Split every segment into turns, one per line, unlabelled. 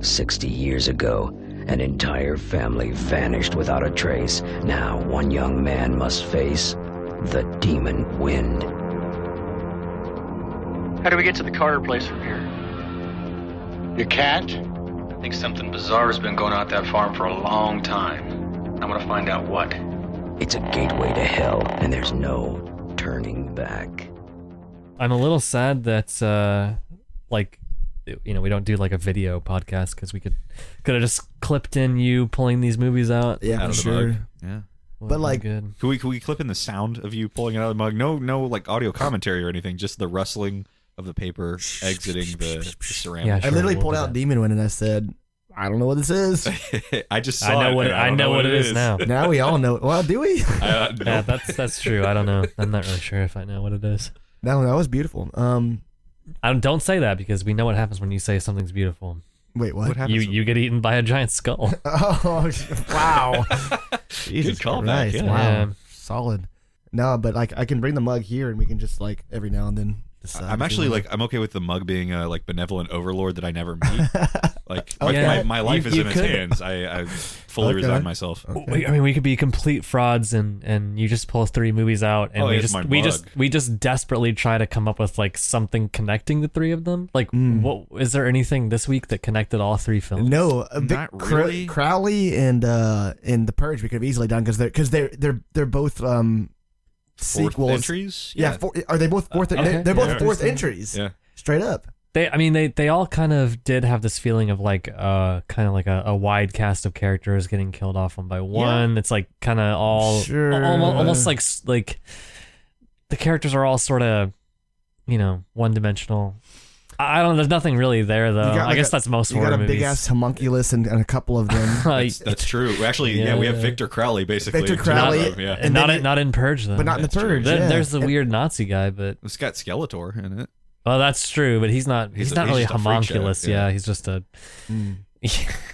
60 years ago, an entire family vanished without a trace. Now, one young man must face the demon wind.
How do we get to the Carter place from here?
You can't?
I think something bizarre has been going on at that farm for a long time. I'm gonna find out what.
It's a gateway to hell, and there's no turning back.
I'm a little sad that uh like you know, we don't do like a video podcast cuz we could could have just clipped in you pulling these movies out.
Yeah,
out
for
of the
sure.
mug. Yeah.
Would've
but,
been
like-
good.
Can we can we clip in the sound of you pulling it out of the mug? No, no, like audio commentary or anything. Just the rustling of the paper exiting the, the ceramic.
Yeah,
I literally
Sure, we'll
pulled
do
out
that.
Demon Wind and I said, I don't know what this is.
I just saw
I know
it,
what
and
I,
don't
know, what it is, now.
now we all know. Well, do we?
I, uh,
Yeah,
nope.
that's that's true. I don't know. I'm not really sure if I know what it is.
That one, that was beautiful. Um,
I don't- don't say that because we know what happens when you say something's beautiful.
wait, what?
what happened?
You you get eaten by a giant skull.
Oh, wow.
Jesus callback.
Christ,
yeah.
Wow.
Yeah.
Solid. No, but like I can bring the mug here and we can just like every now and then. Decide
I'm
if we
actually
want-
like I'm okay with the mug being a like benevolent overlord that I never meet. Like my,
Okay.
my, my life
Oh, You-
is
you
in
could.
his hands. I, I fully
Okay.
resign myself.
We, I mean, we could be complete frauds, and and you just pull three movies out, and
Oh,
we
here's
just
my
we
mug.
just we just desperately try to come up with like something connecting the three of them. Like,
Hmm.
Mm.
what is there anything this week that connected all three films?
No, a big
Not
Crow-
really.
Crowley and uh and the Purge we could have easily done because they're because they're they're they're both um
Fourth
sequels.
entries. Uh,
Yeah, four, are they both fourth?
okay.
They're, they're both
Yeah.
fourth entries.
Yeah.
straight up.
They, I mean, they they all kind of did have this feeling of like uh kind of like a, a wide cast of characters getting killed off one by one. It's like kind of all
Sure.
almost, almost like s- like the characters are all sort of you know one dimensional. I I don't. There's nothing really there though.
got
I
like
guess
a-
that's most
You got
horror
a
movies.
big ass homunculus and, and a couple of them,
Like,
That's, that's true. Actually, yeah. we have
Yeah.
Victor Crowley basically.
Victor
in two of
Crowley.
them, Yeah.
and
And
not
then
in,
you-
not in Purge though.
but not in the
That's true.
Purge.
There-
yeah.
There's the
And-
weird Nazi guy, but
It's got Skeletor in it.
well, that's true. But he's not. He's,
He's a-
not
he's
really
just a freak
homunculus.
show,
yeah.
yeah.
he's just a.
Mm.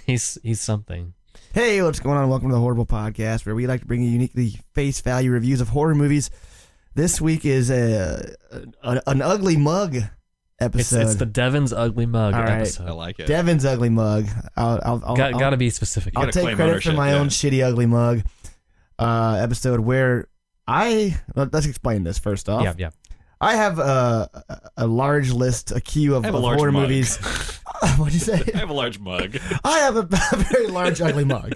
he's he's something.
Hey, what's going on? Welcome to the Horrible Podcast, where we like to bring you uniquely face value reviews of horror movies. This week is a, a an ugly mug
It's
episode.
it's the Devin's ugly mug
All right.
episode.
I like it.
Devin's ugly mug. I'll, I'll, I'll,
Got,
I'll,
gotta be specific.
I'll
gotta
take
claim
credit
ownership,
for my own
yeah.
shitty ugly mug uh, episode where I let- let's explain this first off.
yeah, yeah.
I have a, a- a large list, a queue of,
I have a
of
large
horror
mug.
movies. What'd you say?
I have a large mug.
I have a, a very large ugly mug.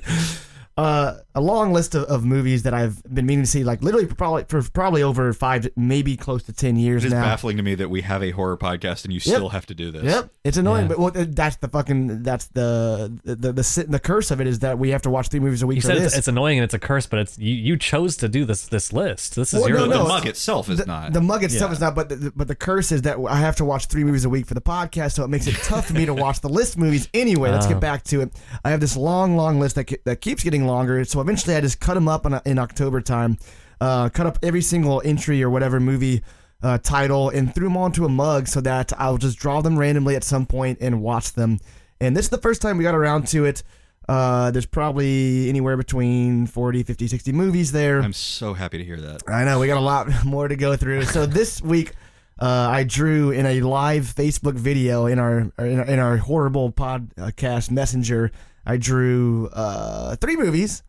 Uh, a long list of, of movies that I've been meaning to see, like literally probably for probably over five, maybe close to ten years
It is
now.
baffling to me that we have a horror podcast and you still have to do this.
Yep, it's annoying,
Yeah.
but well, that's the fucking that's the the, the the the curse of it is that we have to watch three movies a week
You
for
said
this.
it's, it's annoying and it's a curse, but it's you, you chose to do this this list. This is
Well,
your
Oh, no,
list.
But the
no,
mug itself is
the,
not.
the mug itself
Yeah.
is not, but the, but the curse is that I have to watch three movies a week for the podcast, so it makes it tough for me to watch the list movies. Anyway, let's
Ah.
get back to it. I have this long, long list that ke- that keeps getting longer, so eventually I just cut them up in, in October time, uh, cut up every single entry or whatever movie. Uh, title and threw them onto a mug so that I'll just draw them randomly at some point and watch them. And this is the first time we got around to it. Uh, there's probably anywhere between 40, 50, 60 movies there.
I'm so happy to hear that.
I know we got a lot more to go through. So this week, uh, I drew in a live Facebook video in our or in our, in our horrible podcast messenger. I drew uh, three movies,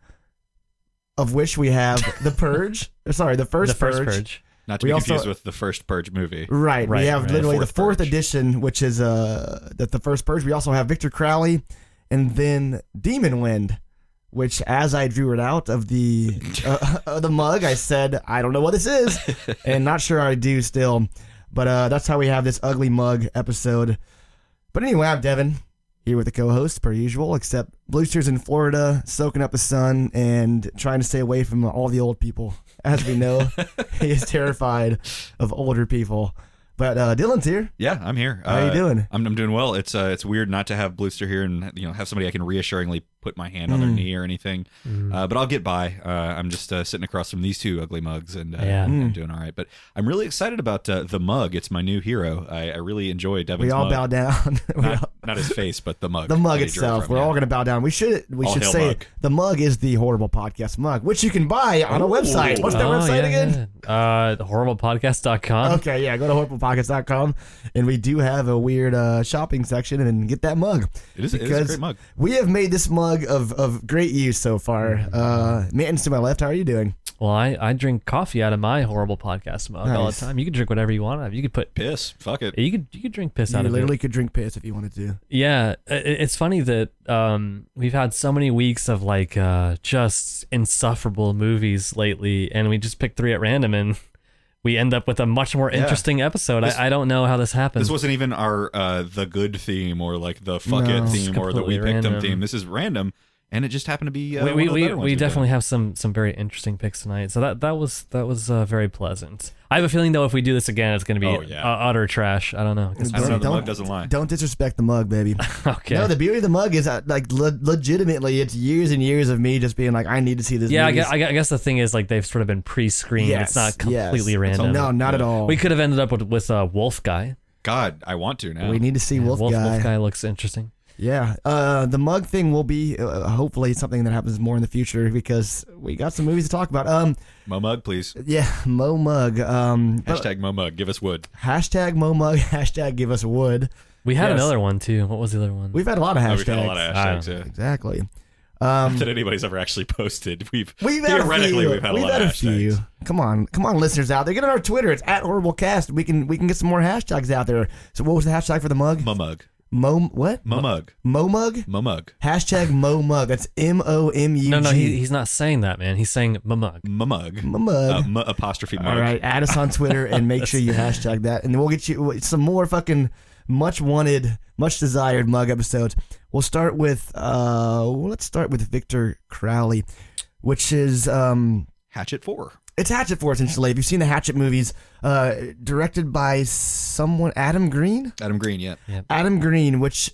of which we have The Purge. sorry, the first,
the first purge.
Not to
We
be
also-
confused with the first Purge movie.
Right,
Right,
we have
right.
literally
The
the
fourth
fourth
Purge.
edition, which is uh the, the first purge. We also have Victor Crowley, and then Demon Wind, which as I drew it out of the uh, of the mug, I said I don't know what this is, and not sure I do still, but uh that's how we have this ugly mug episode. But anyway, I'm Devin here with the co-host per usual, except Bluesters in Florida, soaking up the sun and trying to stay away from all the old people. As we know, he is terrified of older people. But uh, Dylan's here.
Yeah, I'm here.
How you doing?
uh, I'm, I'm doing well. It's uh, it's weird not to have Bluester here and you know have somebody I can reassuringly put my hand on
Mm.
their knee or anything. Uh, but I'll get by. Uh, I'm just uh, sitting across from these two ugly mugs, and uh,
Yeah.
I'm,
Mm.
I'm doing all right. But I'm really excited about uh, the mug. It's my new hero. I, I really enjoy Devin's.
We all
mug.
bow down. We all-
Not, not his face, but the mug.
the mug
that he drew
itself.
from,
We're
yeah.
all going to bow down. We should we
All
should
hail
say
mug.
the mug is the horrible podcast mug, which you can buy on a website. What's that
Oh,
website
yeah,
again? Oh.
yeah. Uh, horriblepodcast.com.
Okay, yeah, go to horriblepockets.com and we do have a weird uh, shopping section and get that mug.
It is- it is a
Because
great mug.
We have made this mug of, of great use so
Mm-hmm.
far. Uh, Manton's to my left. How are you doing?
Well, I, I drink coffee out of my horrible podcast mug all the
Nice.
time. You can drink whatever you want out of. it. You could put
piss. Fuck it.
you could you could drink piss out of
you
it.
literally could drink piss if you wanted to.
Yeah, i- i- it's funny that um, we've had so many weeks of like uh, just insufferable movies lately, and we just pick three at random, and we end up with a much more
Yeah.
interesting episode.
This-
I, I don't know how this happens.
This wasn't even our uh, the good theme or like the fuck
No.
it
It's
theme or the we
completely
picked them
random.
theme. This is random, and it just happened to be. Uh,
we
one
we,
of the
we,
better ones
we
we've done.
definitely have some some very interesting picks tonight. So that that was that was uh, very pleasant. I have a feeling though, if we do this again, it's going to be
Oh, yeah.
uh, utter trash. I don't know. 'cause-
I don't know. The
Don't-
mug doesn't lie.
Don't disrespect the mug, baby.
okay.
No, the beauty of the mug is that, like, le- legitimately, it's years and years of me just being like, I need to see this.
yeah, I
movie.
guess, I gue- I guess the thing is like they've sort of been pre-screened.
Yes,
it's not
yes.
completely
It's
random.
no, not at
Yeah.
all.
We could have ended up with with uh, Wolf Guy.
God, I want to now.
We need to see Wolf,
Wolf,
guy.
looks interesting.
Yeah, uh, the mug thing will be uh, hopefully something that happens more in the future because we got some movies to talk about. Um,
Mo mug, please.
yeah, Mo Mug. Um, but-
Hashtag Mo mug. Give us wood.
hashtag Mo Mug. Hashtag Give Us Wood.
We had
Yes.
another one too. What was the other one?
We've had a lot of
Oh,
hashtags.
we've had a lot of
I don't
hashtags. Yeah.
exactly.
Not that anybody's ever actually posted. We've
Um, We've had
theoretically
a few.
we've had a lot of hashtags.
few. Come on, come on, listeners out there, get on our Twitter. It's at HorribleCast. We can we can get some more hashtags out there. So what was the hashtag for the mug?
Mo mug.
Mo what?
Mo mug.
Mo Mug.
Mo mug.
Hashtag Mo Mug. That's M O M U G.
no, no, he, he's not saying that, man. He's saying mug.
Mo mug.
Mo Mug.
Uh, mu- apostrophe mug.
All right, add us on Twitter and make sure you hashtag that, and we'll get you some more fucking much wanted, much desired mug episodes. We'll start with uh, well, let's start with Victor Crowley, which is um,
Hatchet four.
it's Hatchet Four essentially. If you've seen the Hatchet movies, uh, directed by someone Adam Green,
Adam Green. Yeah.
Adam Green, which.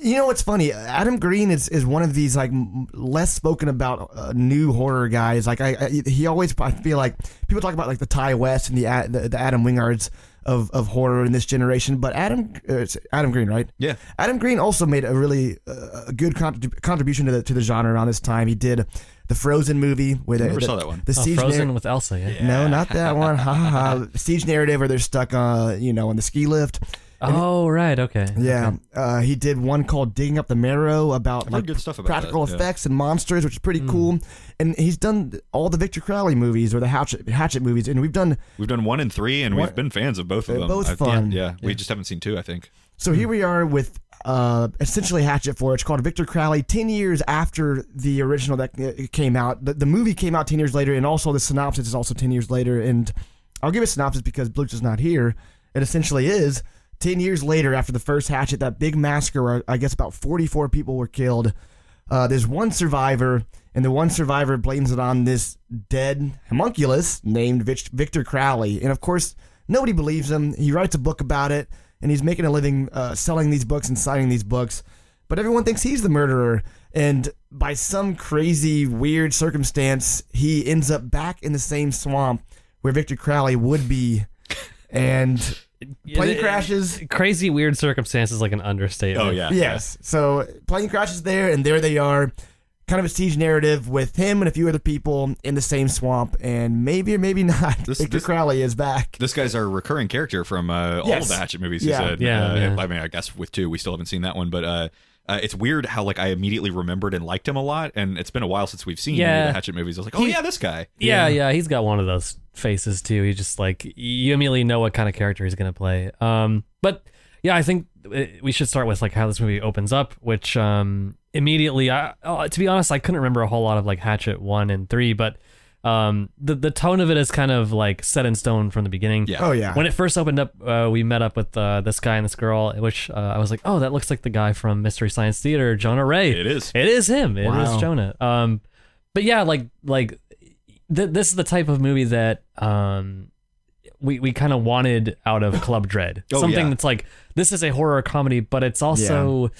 You know what's funny? Adam Green is, is one of these like m- less spoken about uh, new horror guys. Like I, I, he always I feel like people talk about like the Ty West and the A- the, the Adam Wingards of, of horror in this generation, but Adam uh, it's Adam Green, right?
Yeah.
Adam Green also made a really uh, a good contrib- contribution to the to the genre around this time. He did the Frozen movie with
Never
the,
saw that one.
The
Oh,
siege
Frozen
narr-
with Elsa. Yeah.
no, not that one. Ha ha ha. Siege narrative where they're stuck, uh, you know, on the ski lift.
Oh right. Okay.
Yeah, uh, he did one called "Digging Up the Marrow" about
heard
like
good stuff about
practical
that, yeah. Hmm.
effects and monsters, which is pretty cool. And he's done all the Victor Crowley movies or the Hatchet, Hatchet movies, and we've done.
We've done one and three, and we've been fans of both
They're
of them.
both
I- yeah,
fun.
Yeah, we just haven't seen two. I think.
So
Hmm.
here we are with uh, essentially Hatchet Four. It's called Victor Crowley. Ten years after the original that uh, came out, the, the movie came out ten years later, and also the synopsis is also ten years later. And I'll give a synopsis because Bluch is not here. It essentially is. 10 years later, after the first hatchet, that big massacre, where I guess about 44 people were killed, Uh, there's one survivor, and the one survivor blames it on this dead homunculus named Vic- Victor Crowley. And of course, nobody believes him. He writes a book about it, and he's making a living uh, selling these books and signing these books. But everyone thinks he's the murderer. And by some crazy, weird circumstance, he ends up back in the same swamp where Victor Crowley would be. And plane
it-
crashes.
Crazy weird circumstances like an understatement.
Oh yeah.
Yes. So plane crashes there, and there they are. Kind of a siege narrative with him and a few other people in the same swamp, and maybe or maybe not.
This-
Victor
this-
Crowley is back.
This guy's our recurring character from uh, all
Yes.
of the Hatchet movies.
Yeah.
He said.
Yeah,
Uh,
yeah.
I mean, I guess with two, we still haven't seen that one, but. Uh, uh, it's weird how like I immediately remembered and liked him a lot, and it's been a while since we've seen
Yeah.
the Hatchet movies. I was like, oh yeah, this guy.
Yeah, yeah, he's got one of those faces too. He just like you immediately know what kind of character he's gonna play. Um, but yeah, I think uh, we should start with like how this movie opens up, which um immediately, I uh, to be honest, I couldn't remember a whole lot of like Hatchet one and three, but um the the tone of it is kind of like set in stone from the beginning.
Yeah.
Oh yeah.
When it first opened up, uh, we met up with uh, this guy and this girl, which uh, I was like, "Oh, that looks like the guy from Mystery Science Theater, Jonah Ray."
It is.
It is him. It is
Wow.
Jonah. Um, but yeah, like like th- this is the type of movie that um we we kind of wanted out of Club Dread.
Oh,
Something
yeah.
that's like this is a horror comedy, but it's also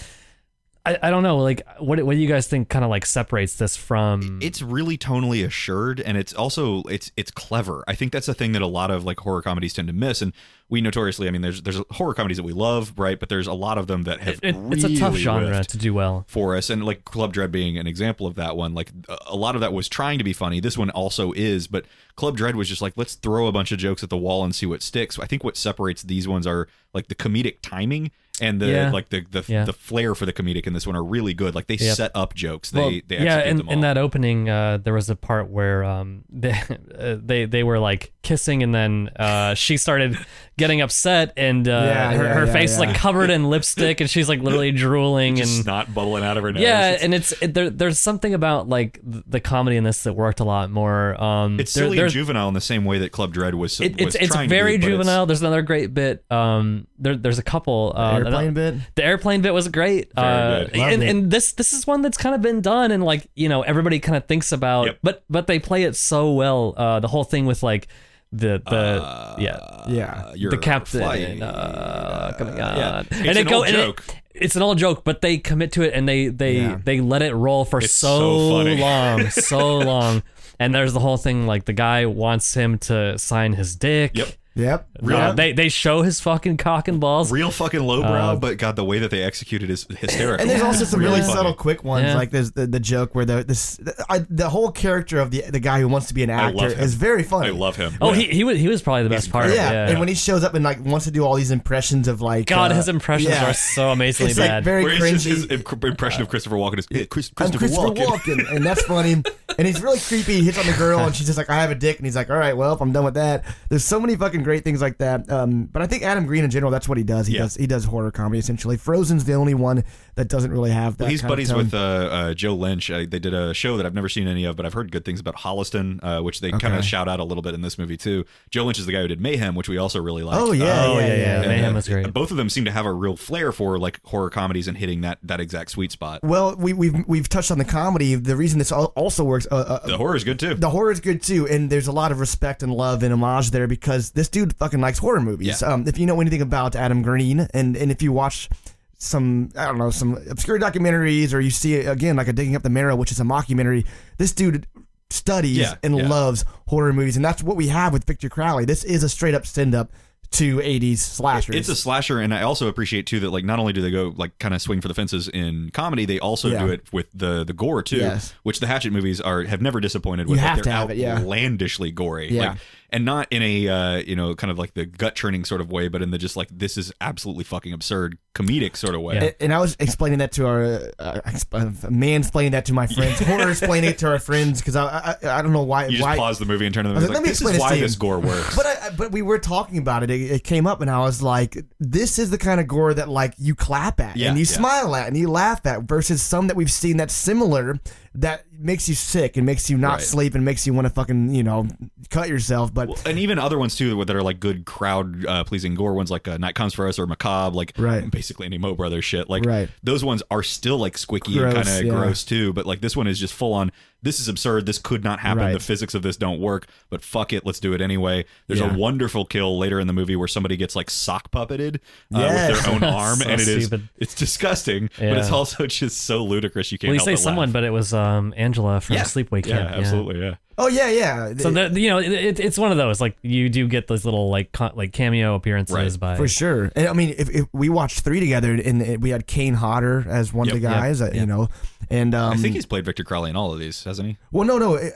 I, I don't know. Like, what what do you guys think? Kind of like separates this from
it's really tonally assured and it's also it's it's clever i think that's the thing that a lot of like horror comedies tend to miss and we notoriously i mean there's there's horror comedies that we love right but there's a lot of them that have
it, it-
really
it's a tough genre
whiffed
to do well.
for us and like club dread being an example of that one like a- a lot of that was trying to be funny this one also is but club dread was just like let's throw a bunch of jokes at the wall and see what sticks i think what separates these ones are like the comedic timing and the
Yeah.
like the the,
Yeah.
the flair for the comedic in this one are really good like they
Yep.
set up jokes
Well,
they they
yeah,
execute
in,
them all.
in that opening, uh, there was a part where um, they, uh, they they were like kissing, and then uh, she started getting upset, and uh,
Yeah,
her,
yeah,
her
yeah,
face
yeah.
like covered in lipstick, and she's like literally drooling, and
just not bubbling out of her nose.
yeah,
it's,
and it's it, there, there's something about like th- the comedy in this that worked a lot more. Um,
it's
there-
silly
there's-
and juvenile in the same way that Club Dread was.
it- it's
was
it's
trying to
very
be, but it's-
juvenile. There's another great bit. Um, there, there's a couple. Uh,
Airplane bit.
the airplane bit was great. Uh,
good.
Loved
and,
it.
and this this is one that's kind of been done and like you know everybody kind of thinks about
Yep.
but but they play it so well. Uh, the whole thing with like the the
Uh,
yeah
Yeah.
your
the captain
flight,
uh, coming on
yeah. It's
and it
an
go
old
and it-
joke.
it's an old joke, but they commit to it and they they
Yeah.
they let it roll for
It's so
so,
funny.
long, so long. And there's the whole thing like the guy wants him to sign his dick.
Yep.
Yep.
Uh, they they show his fucking cock and balls.
real fucking lowbrow, but God, the way that they executed is hysterical.
And there's also
It's
some really
funny.
subtle, quick ones.
Yeah.
Like there's the, the joke where the this the, I, the whole character of the the guy who wants to be an
I love
actor
him.
is very funny.
I love him.
Oh,
Yeah.
he he was he was probably the best part.
Yeah.
Yeah.
and when he shows up and like wants to do all these impressions of like
God,
uh,
his impressions
yeah.
are so amazingly
it's like
bad.
very
Where it's just his
cringy.
imp- impression of Christopher Walken is yeah, Chris,
I'm
Christopher, Walken.
and that's funny. And he's really creepy. He hits on the girl, and she's just like, "I have a dick," and he's like, "All right, well, if I'm done with that." There's so many fucking great things like that. Um, but I think Adam Green in general, that's what he does. He
Yeah.
does he does horror comedy essentially. Frozen's the only one that doesn't really have that.
He's
kind of
buddies
tone.
with uh, uh, Joe Lynch. Uh, they did a show that I've never seen any of, but I've heard good things about Holliston, uh, which they kind of shout out a little bit in this movie too. Joe Lynch is the guy who did Mayhem, which we also really like.
Oh yeah,
Oh, yeah, yeah.
And,
Mayhem
uh,
was great.
Both of them seem to have a real flair for like horror comedies and hitting that that exact sweet spot.
Well, we, we've we've touched on the comedy. The reason this al- also works, uh, uh,
The horror is good too.
the horror is good too, and there's a lot of respect and love and homage there because this dude fucking likes horror movies.
Yeah.
Um, if you know anything about Adam Green, and and if you watch some I don't know some obscure documentaries or you see again like a digging up the marrow, which is a mockumentary, this dude studies
Yeah,
and
yeah.
loves horror movies, and that's what we have with Victor Crowley. This is a straight up send up to 80s slashers.
It's a slasher, and I also appreciate too that like not only do they go like kind of swing for the fences in comedy, they also
Yeah.
do it with the the gore too,
Yes.
which the Hatchet movies are have never disappointed with.
You
Like,
have to
they're
have it, yeah.
outlandishly gory,
Yeah.
like, and not in a uh, you know kind of like the gut churning sort of way, but in the just like this is absolutely fucking absurd comedic sort of way.
Yeah.
And- And I was explaining that to our uh, exp- uh, mansplaining that to my friends, horror explaining it to our friends because I, I I don't know why
You just
why.
pause the movie and turn to them.
I was
and be
like,
Like,
"Let me explain
this is
this
why
to you."
this gore works.
But I, I- but we were talking about it. it. It came up, and I was like, "This is the kind of gore that like you clap at
Yeah,
and you
yeah.
smile at and you laugh at." Versus some that we've seen that's similar that makes you sick and makes you not
Right.
sleep and makes you want to fucking you know cut yourself. But
Well, and even other ones too that are like good crowd uh, pleasing gore ones like uh, Night Comes for Us or Macabre, like
Right.
basically any Mo Brothers shit. Like
Right.
those ones are still like squicky and
Gross,
kind of
yeah.
gross too. But like this one is just full on. This is absurd. This could not happen.
Right.
The physics of this don't work. But fuck it, let's do it anyway. There's
Yeah.
a wonderful kill later in the movie where somebody gets like sock puppeted uh, with
Yes.
their own arm,
So
and it is
stupid.
it's disgusting, but
Yeah.
it's also just so ludicrous you can't.
well, you
help
say
but laugh.
someone, but it was um, Angela from
Yeah.
Sleepaway
Yeah,
Camp.
absolutely. Yeah.
oh yeah, yeah,
So that you know, it, it, it's one of those like you do get those little like co- like cameo appearances
Right.
by
For sure. And I mean, if, if we watched three together, and, and we had Kane Hodder as one of the
Yep,
yep,
guys, uh, you
yep.
know, and um,
I think he's played Victor Crowley in all of these, hasn't he?
well, no, no, it,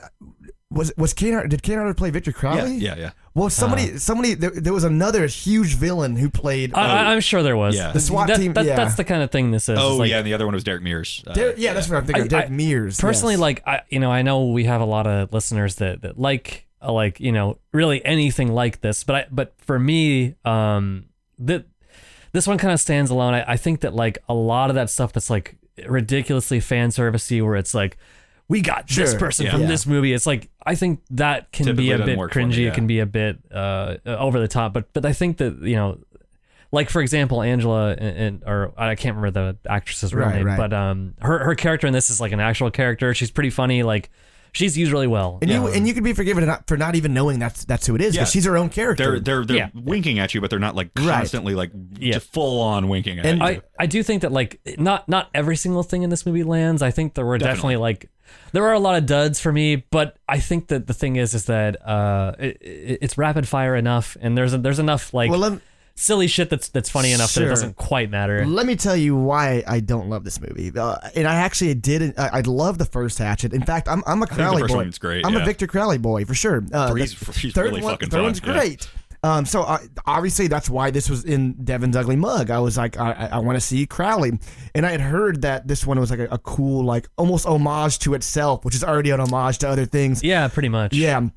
was was Kane Hodder, did Kane Hodder play Victor Crowley?
Yeah, yeah, yeah.
Well, somebody, somebody, there, there was another huge villain who played.
I, I, I'm sure there was.
Yeah.
The SWAT
That-
team,
that-
yeah.
That's the kind of thing this is.
Oh
It's like-
yeah, and the other one was Derek Mears. Uh,
Derek- yeah, that's what I'm thinking.
I-
of Derek
I-
Mears.
personally
yes.
like I you know I know we have a lot of listeners that that like uh, like you know really anything like this but I but for me um that this one kind of stands alone I, I think that like a lot of that stuff that's like ridiculously fan servicey where it's like we got this
Sure,
person
yeah.
from
Yeah.
this movie it's like I think that can
Typically
be a
doesn't
bit
work for me,
cringy
yeah.
it can be a bit uh over the top but but I think that you know like for example angela and, and or i can't remember the actress's real
Right,
name
right.
but um her, her character in this is like an actual character she's pretty funny like she's used really well.
And you
Um,
and you could be forgiven not, for not even knowing that's that's who it is
Yeah.
because she's her own character.
They're they're they're
Yeah.
winking at you, but they're not like
Right.
constantly like
Yeah.
full on winking at
And
you.
I, I do think that like not not every single thing in this movie lands. I think there were definitely, like there are a lot of duds for me, but I think that the thing is is that uh it, it- it's rapid fire enough, and there's there's enough like
well, let,
silly shit that's that's funny enough that
Sure.
it doesn't quite matter.
let me tell you why I don't love this movie. Uh, and I actually did. I, I love the first Hatchet. In fact, I'm I'm a
the
Crowley
first
boy.
one's great,
I'm a
yeah.
Victor Crowley boy for sure. Uh,
Three's-
the
three's
third
really
one,
fucking
third
fun,
one's
yeah.
great. Um, so I, obviously that's why this was in Devin's ugly mug. I was like, I, I, I want to see Crowley, and I had heard that this one was like a, a cool, like almost homage to itself, which is already an homage to other things.
Yeah, pretty much.
Yeah.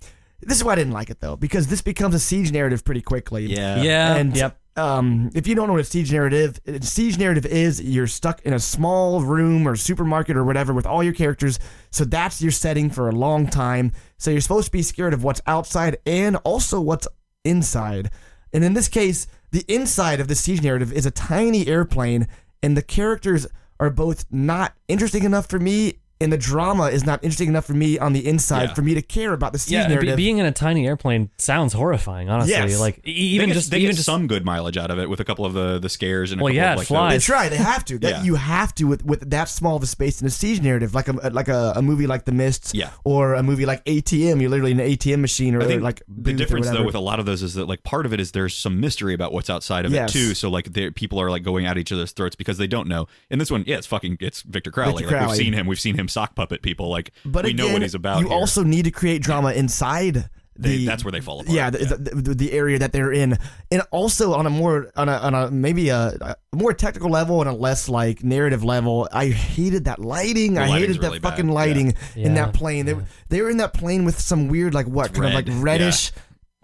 This is why I didn't like it though, because this becomes a siege narrative pretty quickly.
yeah.
yeah,
And
yep.
um, if you don't know what a siege narrative, a siege narrative is you're stuck in a small room or supermarket or whatever with all your characters. So that's your setting for a long time. So you're supposed to be scared of what's outside and also what's inside. And in this case, the inside of the siege narrative is a tiny airplane, and the characters are both not interesting enough for me, and the drama is not interesting enough for me on the inside
Yeah.
for me to care about the siege
Yeah, and be-
narrative.
being in a tiny airplane sounds horrifying. Honestly,
Yes.
like e- even
They get-
just
they
even
get
just
some good mileage out of it with a couple of the the scares and a
Well,
couple
yeah,
of
it
like
flies.
They try. They have to. That,
Yeah.
You have to with, with that small of a space in a siege narrative, like a like a, a movie like The Mist,
Yeah.
or a movie like ATM. You're literally in an ATM machine, or
I think
like
the
booth or
difference though
whatever.
with a lot of those is that like part of it is there's some mystery about what's outside of
Yes.
it too. So like they- people are like going at each other's throats because they don't know. And this one, yeah, it's fucking it's Victor Crowley.
Victor
like
Crowley.
we've seen him, we've seen him sock puppet people. Like
but
we
again,
know what he's about.
You
here.
also need to create drama inside.
They-
the,
that's where they fall apart.
Yeah, the, The, the, the area that they're in, and also on a more on a, on a maybe a, a more technical level and a less like narrative level. I hated that lighting. I
lighting's
hated that
really bad.
fucking
Yeah.
lighting
Yeah,
in that plane. They, they were in that plane with some weird like what kind
red,
of like reddish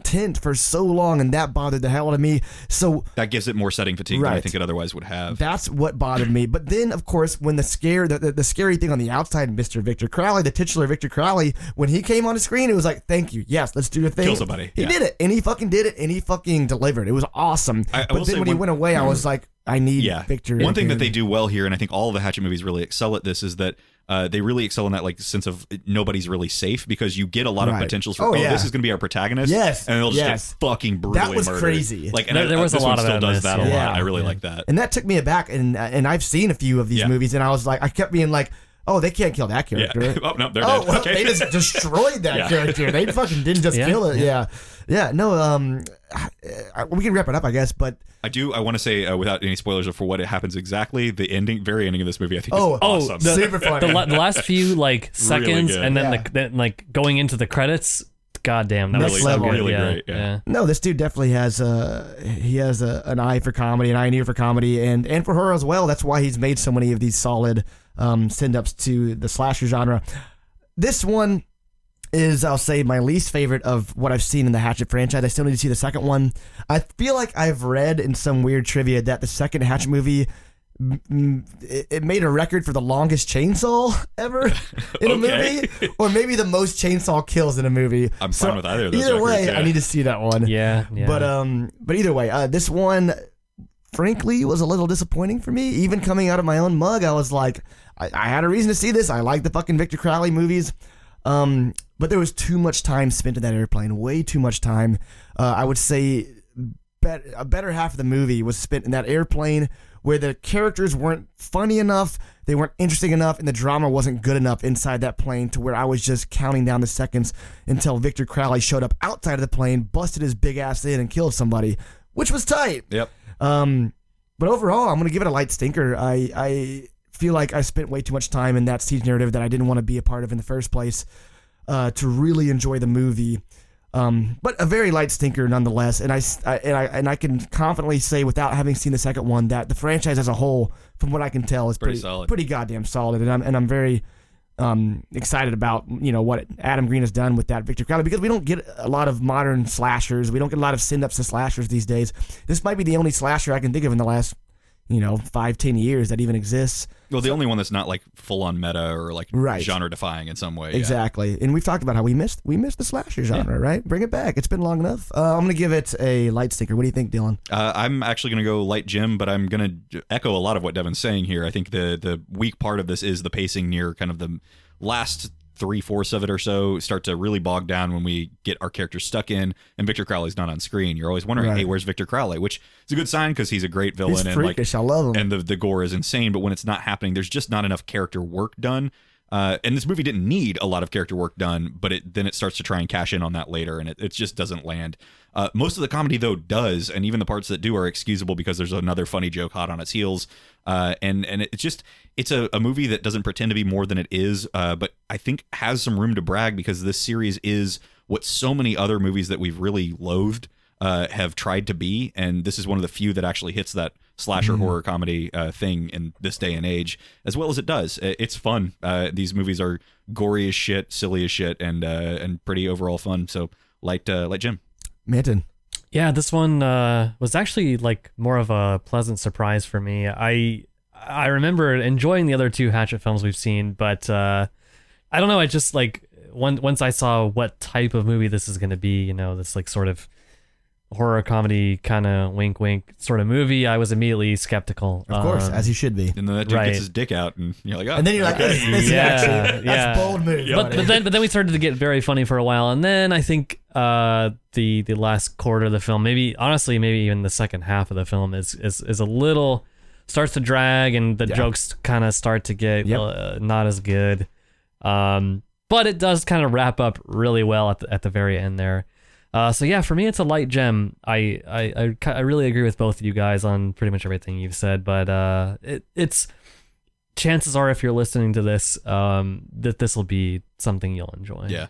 tint for so long, and that bothered the hell out of me. So
that gives it more setting fatigue than I
Right.
think it otherwise would have.
that's what bothered me. But then, of course, when the scare, the, the, the scary thing on the outside, Mr. Victor Crowley, the titular Victor Crowley, when he came on the screen, it was like, thank you. Yes, let's do the thing.
Kill somebody,
He
yeah.
did it. And he fucking did it. And he fucking delivered. It was awesome.
I- I will
but then
say
when he
one- Mm.
went away, I was like, I need
yeah.
Victor.
One thing that they do well here, and I think all of the Hatchet movies really excel at this, is that uh, they really excel in that like sense of nobody's really safe because you get a lot of
Right.
potentials for
Oh,
oh,
yeah.
this is going to be our protagonist,
Yes,
and they'll just
yes.
get fucking brutally
was
murdered.
crazy.
Like, and
There-
I-
there was a
this
lot
one
of
still
that in
does
this,
that a
yeah.
lot. I really
Yeah.
like that.
And that took me aback. And, and I've seen a few of these
Yeah.
movies, and I was like, I kept being like, oh, they can't kill that
Yeah.
character.
oh no, they're
Oh,
dead.
well,
okay.
they just destroyed that
Yeah.
character. They fucking didn't just
Yeah,
kill it.
yeah.
Yeah. yeah, No, um, I- we can wrap it up, I guess. But
I do. I want to say uh, without any spoilers for what it happens exactly. The ending, very ending of this movie, I think.
Oh,
is
oh,
awesome.
the,
Super
the
funny.
la- the last few like seconds,
good.
and then
Yeah.
the then like going into the credits. God damn, that
Next
was so
level.
good.
Really
yeah,
great, yeah.
no, this dude definitely has uh he has a, an eye for comedy, an eye and ear for comedy, and and for her as well. That's why he's made so many of these solid um, send ups to the slasher genre. This one is, I'll say, my least favorite of what I've seen in the Hatchet franchise. I still need to see the second one. I feel like I've read in some weird trivia that the second Hatchet movie. mm, mm, It it made a record for the longest chainsaw ever in a
Okay.
movie, or maybe the most chainsaw kills in a movie.
I'm fine with either of those
Either way,
records, yeah.
I need to see that one.
Yeah, yeah.
But um, but either way, uh, this one, frankly, was a little disappointing for me. Even coming out of my own mug, I was like, I, I had a reason to see this. I like the fucking Victor Crowley movies, um, but there was too much time spent in that airplane. Way too much time. Uh, I would say, bet, a better half of the movie was spent in that airplane. Where the characters weren't funny enough, they weren't interesting enough, and the drama wasn't good enough inside that plane to where I was just counting down the seconds until Victor Crowley showed up outside of the plane, busted his big ass in, and killed somebody, which was tight.
Yep.
Um, but overall, I'm gonna give it a light stinker. I I feel like I spent way too much time in that siege narrative that I didn't want to be a part of in the first place uh, to really enjoy the movie. Um, but a very light stinker nonetheless. And I, s- I- and I and I can confidently say without having seen the second one that the franchise as a whole, from what I can tell, is pretty
Pretty solid.
pretty goddamn solid. And I'm and I'm very um, excited about you know what Adam Green has done with that Victor Crowley because we don't get a lot of modern slashers. We don't get a lot of send ups to slashers these days. This might be the only slasher I can think of in the last you know five ten years that even exists.
Well, the only one that's not like full on meta or like
Right.
genre defying in some way. yeah.
Exactly. And we've talked about how we missed we missed the slasher genre, right? Bring it back. It's been long enough. Uh, I'm gonna give it a light sticker. What do you think, Dylan?
Uh, I'm actually going to go light Jim, but I'm going to echo a lot of what Devin's saying here. I think the the weak part of this is the pacing near kind of the last three fourths of it or so start to really bog down when we get our characters stuck in and Victor Crowley's not on screen. You're always wondering,
Right.
hey, where's Victor Crowley? Which is a good sign because he's a great villain
He's
Oh, and like
freakish. I love him.
and the the gore is insane. But when it's not happening, there's just not enough character work done. Uh, and this movie didn't need a lot of character work done, but it then it starts to try and cash in on that later, and it, it just doesn't land. Uh, most of the comedy though does, and even the parts that do are excusable because there's another funny joke hot on its heels. Uh, and and it's just it's a, a movie that doesn't pretend to be more than it is, uh, but I think has some room to brag because this series is what so many other movies that we've really loathed uh, have tried to be, and this is one of the few that actually hits that
Mm.
slasher horror comedy uh, thing in this day and age as well as it does. I- It's fun. Uh, these movies are gory as shit, silly as shit, and uh, and pretty overall fun. So like uh, like Jim,
Manton.
Yeah, this one uh, was actually like more of a pleasant surprise for me. I I remember enjoying the other two Hatchet films we've seen, but uh, I don't know. I just like once once I saw what type of movie this is going to be, you know, this like sort of horror comedy kind of wink wink sort of movie. I was immediately skeptical.
Of course,
Um,
as he should be.
and then that dude
Right.
gets his dick out, and you're like, oh,
And then you're like,
okay.
this, this
Yeah,
is actually,
yeah.
that's bold move.
but,
buddy.
but then but then we started to get very funny for a while and then i think uh the the last quarter of the film maybe honestly maybe even the second half of the film is is, is a little starts to drag and the
Yeah.
jokes kind of start to get
Yep.
uh, not as good um but it does kind of wrap up really well at the, at the very end there uh, so yeah, for me it's a light gem. I, I I ki- I really agree with both of you guys on pretty much everything you've said, but uh, it it's chances are if you're listening to this, um, that this will be something you'll enjoy.
Yeah.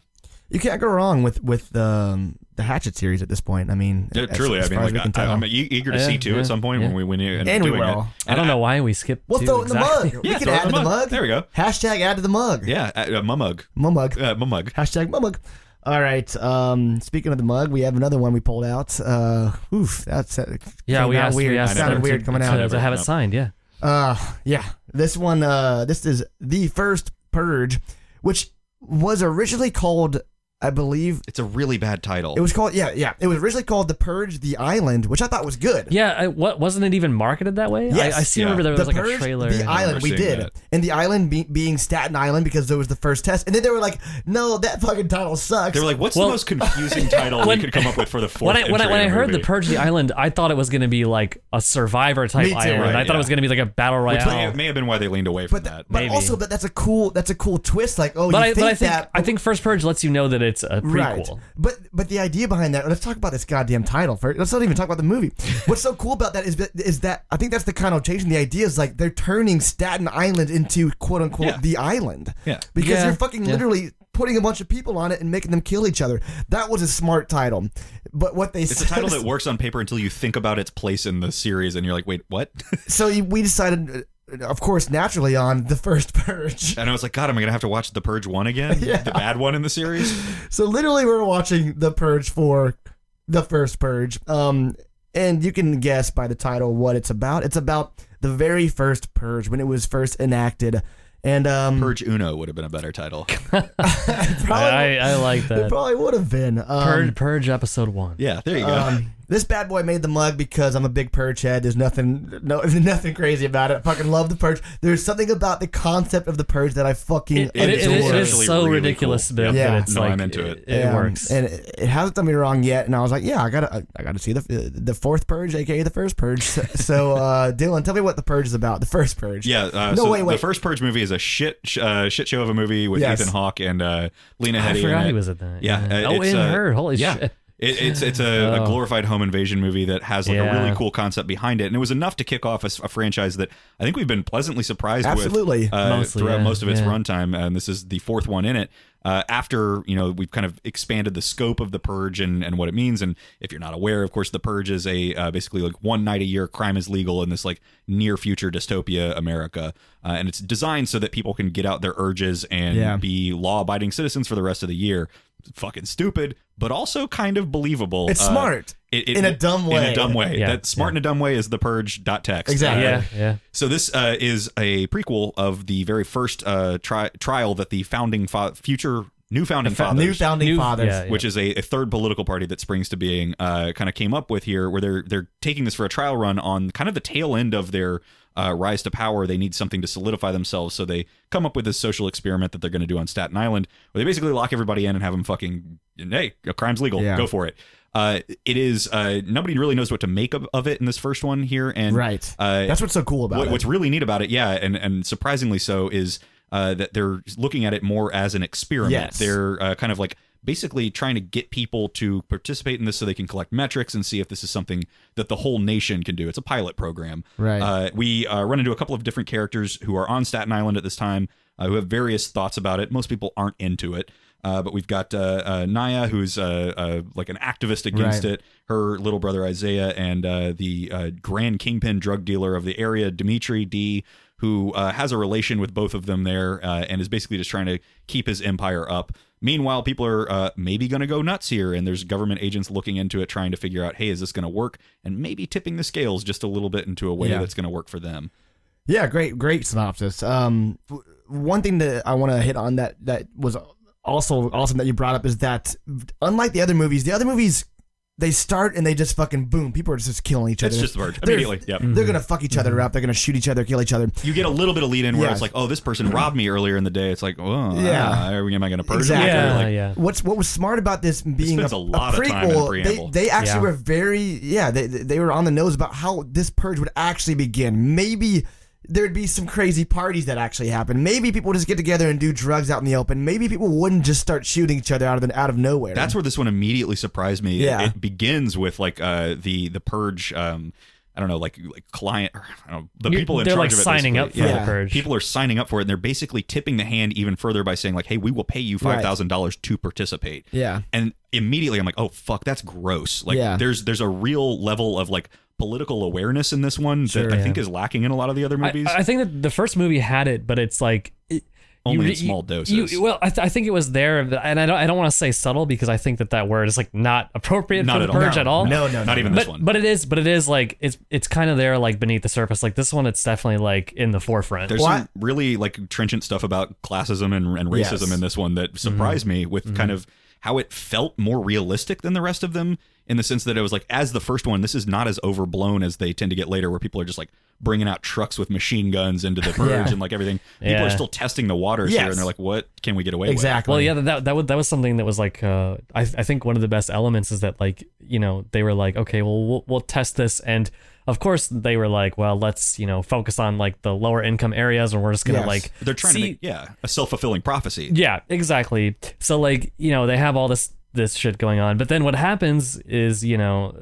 you can't go wrong with with the um, the Hatchet series at this point. I mean,
Yeah,
as-
truly,
as
I mean,
far as
like,
we can
I,
tell.
I'm e- eager to
Yeah,
see two
yeah,
at some point
yeah.
when we when you end up
And we
doing
will.
it.
I don't know why we skipped.
we'll
two
throw it
exactly.
in the mug.
Yeah,
we can
throw it
add
in
to
the
the
mug.
mug.
There we go.
Hashtag add to the mug.
Yeah, uh, uh, mumug,
Mumug.
uh, mumug.
Hashtag mumug. All right. Um, speaking of the mug, we have another one we pulled out. Uh, oof, that's that
Yeah,
came
we
out
asked.
weird.
We asked
sounded
them to-
weird coming
to,
out.
to have it signed. Yeah.
Uh, yeah. This one, uh, this is the first purge, which was originally called, I believe,
It's a really bad title.
it was called, yeah, yeah, it was originally called the Purge, the Island, which I thought was good.
Yeah. I, what wasn't it even marketed that way?
Yes.
I, I see.
Yeah.
Remember there was
the
like
Purge,
a trailer.
the
and-
island. We
remember seeing
did,
that.
and the island be- being Staten Island because there was the first test, and then they were like, "No, that fucking title sucks."
they were like, what's
Well-
the most confusing title we
When-
could come up with for the fourth?
When I when I,
entry
when I
in a
heard the
movie?
Purge the Island, I thought it was gonna be like a Survivor type
Me too.
island.
Right,
I thought
yeah.
it was gonna be like a battle
which may,
royale.
may have been why they leaned away from
but
that.
but
Maybe.
also, but that's a cool that's a cool twist. Like, oh,
But
you
I, but I think
that
I think First Purge lets you know that it's a prequel.
Right. But but the idea behind that, let's talk about this goddamn title first. Let's not even talk about the movie. What's so cool about that is that, is that I think that's the connotation. The idea is like they're turning Staten Island into quote unquote
Yeah.
the island.
Yeah.
Because
Yeah.
you're fucking
Yeah.
literally putting a bunch of people on it and making them kill each other. That was a smart title. But what they
It's a title that works on paper until you think about its place in the series, and you're like, wait, what?
so you- we decided, uh, of course, naturally on the first purge.
And I was like, God, am I gonna have to watch The Purge one again?
Yeah.
The bad one in the series.
So literally, we're watching the Purge for the first Purge. Um, and you can guess by the title what it's about. It's about the very first Purge when it was first enacted, and um,
Purge Uno would have been a better title.
probably,
I, I like
it
that.
probably would have been um,
Purge, Purge episode one.
Yeah, there you go.
Um, this bad boy made the mug because I'm a big purge head. There's nothing, no, nothing crazy about it. I fucking love the purge. There's something about the concept of the purge that I fucking
It, it-
adore.
it is
Essentially
so
really
ridiculous
cool.
that-
Yeah.
that
Yeah.
it's
No,
like
I'm into it.
It,
Um,
works.
and it, it hasn't done me wrong yet. And I was like, yeah, I gotta, I, I gotta see the the fourth purge, aka the first purge. So, so, uh, Dylan, tell me what the purge is about. The first purge.
Yeah. Uh,
No,
so
wait,
The
wait.
first Purge movie is a shit sh- uh, shit show of a movie with
Yes.
Ethan Hawke and uh, Lena
I
Headey. in
forgot
it.
he was at that.
Yeah. uh,
oh,
it's,
in
uh,
her. Holy
yeah.
shit.
It, it's it's a, a
Oh.
glorified home invasion movie that has like a really
Yeah.
cool concept behind it, and it was enough to kick off a, s- a franchise that I think we've been pleasantly surprised with
absolutely.
uh,
Mostly,
throughout
yeah,
most of its
yeah.
runtime, and this is the fourth one in it. Uh, after you know, we've kind of expanded the scope of the purge and, and what it means. And if you're not aware, of course, the purge is a uh, basically like one night a year crime is legal in this like near future dystopia America, uh, and it's designed so that people can get out their urges and
Yeah.
be law abiding citizens for the rest of the year. Fucking stupid, but also kind of believable.
it's
Uh,
smart.
it- it-
In a dumb
In a
way.
dumb way.
Yeah.
That smart in a dumb way is the purge.txt.
Exactly.
Yeah. Yeah.
So this uh, is a prequel of the very first uh, tri- trial that the founding fa- future new founding fathers,
New founding
New-
fathers.
yeah, yeah.
which is a, a third political party that springs to being, uh, kind of came up with here, where they're they're taking this for a trial run on kind of the tail end of their uh, rise to power. They need something to solidify themselves, so they come up with this social experiment that they're going to do on Staten Island, where they basically lock everybody in and have them fucking hey, a crime's legal,
Yeah.
go for it. Uh, it is uh, nobody really knows what to make of, of it in this first one here, and
Right.
uh,
That's what's so cool about
what,
it.
What's really neat about it, yeah, and and surprisingly so, is uh, that they're looking at it more as an experiment.
Yes.
They're uh, kind of like basically trying to get people to participate in this so they can collect metrics and see if this is something that the whole nation can do. It's a pilot program.
Right.
Uh, we uh, run into a couple of different characters who are on Staten Island at this time uh, who have various thoughts about it. Most people aren't into it. Uh, but we've got uh, uh, Naya, who's uh, uh, like an activist against
Right.
it. Her little brother Isaiah and uh, the uh, grand kingpin drug dealer of the area, Dimitri D, who uh, has a relation with both of them there uh, and is basically just trying to keep his empire up. Meanwhile, people are uh, maybe going to go nuts here, and there's government agents looking into it, trying to figure out, hey, is this going to work? And maybe tipping the scales just a little bit into a way
Yeah.
that's going to work for them.
Yeah, great, great synopsis. Um, w- one thing that I want to hit on that that was also awesome that you brought up is that unlike the other movies, the other movies they start and they just fucking boom. People are just killing each other.
It's just the verge
They're-
immediately. Yep.
Mm-hmm.
They're gonna fuck each other up. They're gonna shoot each other, kill each other.
You get a little bit of lead in where
Yeah.
it's like, oh, this person robbed me earlier in the day. It's like, oh,
Yeah.
yeah, are we, am I going to purge
Exactly.
them?
Yeah,
Like,
yeah.
What's what was smart about this being
spends
a,
a lot of time in the
prequel?
preamble.
they, they actually
Yeah.
were very yeah. They they were on the nose about how this purge would actually begin. Maybe there'd be some crazy parties that actually happen. Maybe people would just get together and do drugs out in the open. Maybe people wouldn't just start shooting each other out of out of nowhere.
That's where this one immediately surprised me. It-
Yeah.
It, begins with like uh, the the purge. Um, I don't know, like like client. Or, I don't know, the
You-
people in
they're,
charge
like,
of it,
signing up
basically.
for
the
purge.
People are signing up for it, and they're basically tipping the hand even further by saying like, "Hey, we will pay you
Right.
five thousand dollars to participate."
Yeah.
And immediately, I'm like, "Oh fuck, that's gross." Like,
Yeah.
there's there's a real level of like political awareness in this one that I think is lacking in a lot of the other movies.
I, I think that the first movie had it, but it's like it,
Only in
re-
small doses.
well, I, th- I think it was there, but- and I don't. I don't want to say subtle because I think that that word is like not appropriate
Not
for
at
the
all.
purge
No,
at all.
no, no,
Not
no,
even
no.
this
But,
one.
but it is but it is like it's it's kind of there like beneath the surface like this one it's definitely like in the forefront
There's
Well,
some really like trenchant stuff about classism and, and racism
Yes.
in this one that surprised me with kind of how it felt more realistic than the rest of them in the sense that it was like as the first one this is not as overblown as they tend to get later where people are just like bringing out trucks with machine guns into the purge and like everything people
Yeah.
are still testing the waters here
Yes.
and they're like what can we get away
exactly.
well Oh, yeah that that was, that was something that was like uh I, I think one of the best elements is that like you know they were like okay well we'll, we'll test this and of course they were like well let's you know focus on like the lower income areas and we're just gonna
Yes.
like
with they're trying
see-
to make yeah a self-fulfilling prophecy
Yeah, exactly. So like, you know, they have all this this shit going on, but then what happens is, you know,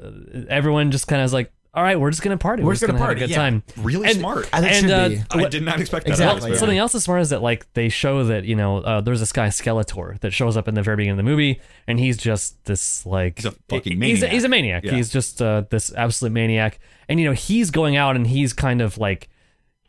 everyone just kind of is like, all right, we're just gonna party. We're,
just gonna
have a
party,
good
yeah.
time.
really
And-
smart
As it
and,
should
uh,
be.
I did not expect that
Exactly.
out of
Well,
this
something
movie.
else that's smart is that like they show that you know uh, there's this guy Skeletor that shows up in the very beginning of the movie, and he's just this like
He's a fucking
He's a,
maniac.
he's a maniac.
Yeah.
He's just uh, this absolute maniac, and you know he's going out and he's kind of like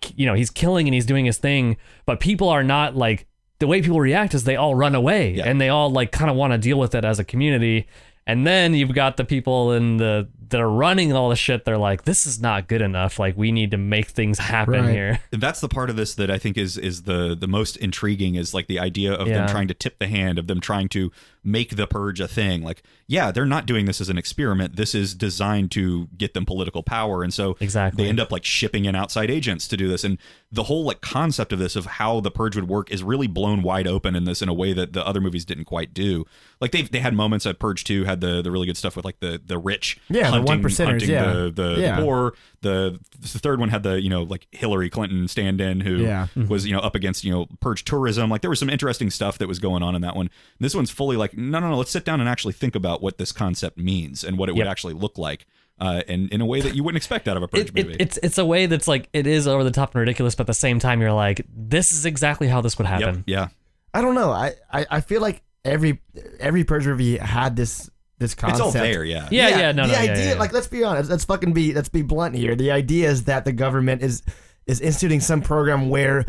k- you know he's killing and he's doing his thing, but people are not like the way people react is they all run away
Yeah.
and they all like kind of want to deal with it as a community. And then you've got the people in the that are running all the shit. They're like, "This is not good enough. Like, we need to make things happen
Right.
here."
that's the part of this that I think is is the the most intriguing is like the idea of
Yeah.
them trying to tip the hand of them trying to make the purge a thing. Like, yeah, they're not doing this as an experiment. This is designed to get them political power, and so
Exactly.
they end up like shipping in outside agents to do this. And the whole like concept of this of how the purge would work is really blown wide open in this in a way that the other movies didn't quite do. Like they they had moments at Purge Two had the the really good stuff with like the the rich
Yeah, the
hunting,
one-percenters,
hunting
yeah.
the, the,
Yeah.
the poor or the, the third one had the you know like Hillary Clinton stand-in who
Yeah. Mm-hmm.
was you know up against you know purge tourism like there was some interesting stuff that was going on in that one this one's fully like no no no let's sit down and actually think about what this concept means and what it would
Yep.
actually look like uh, and in a way that you wouldn't expect out of a purge
it,
movie
it, it's it's a way that's like it is over the top and ridiculous, but at the same time you're like, this is exactly how this would
Yep,
happen.
yeah
I don't know. I, I I feel like every every purge review had this this concept.
it's all there yeah
Yeah, yeah, no, no,
the
yeah,
idea,
yeah, yeah.
like, let's be honest. Let's fucking be let's be blunt here. The idea is that the government is is instituting some program where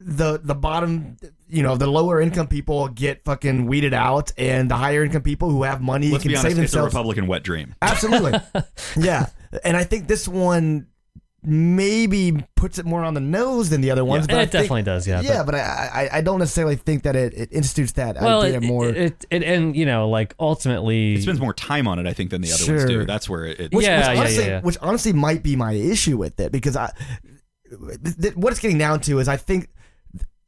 the the bottom, you know, the lower income people get fucking weeded out, and the higher income people who have money
let's
can
be honest
save
it's a
themselves.
Republican wet dream
Absolutely, yeah. And I think this one maybe puts it more on the nose than the other ones.
And
But I
it
think-
definitely does, yeah.
yeah, but I, I I don't necessarily think that it, it institutes that
but, well,
idea
it,
more.
it, it, it- and you know, like ultimately,
it spends more time on it I think than the other
Sure.
ones do that's where it, it
Yeah.
which honestly,
yeah, yeah.
which honestly might be my issue with it because I, th- th- what it's getting down to is I think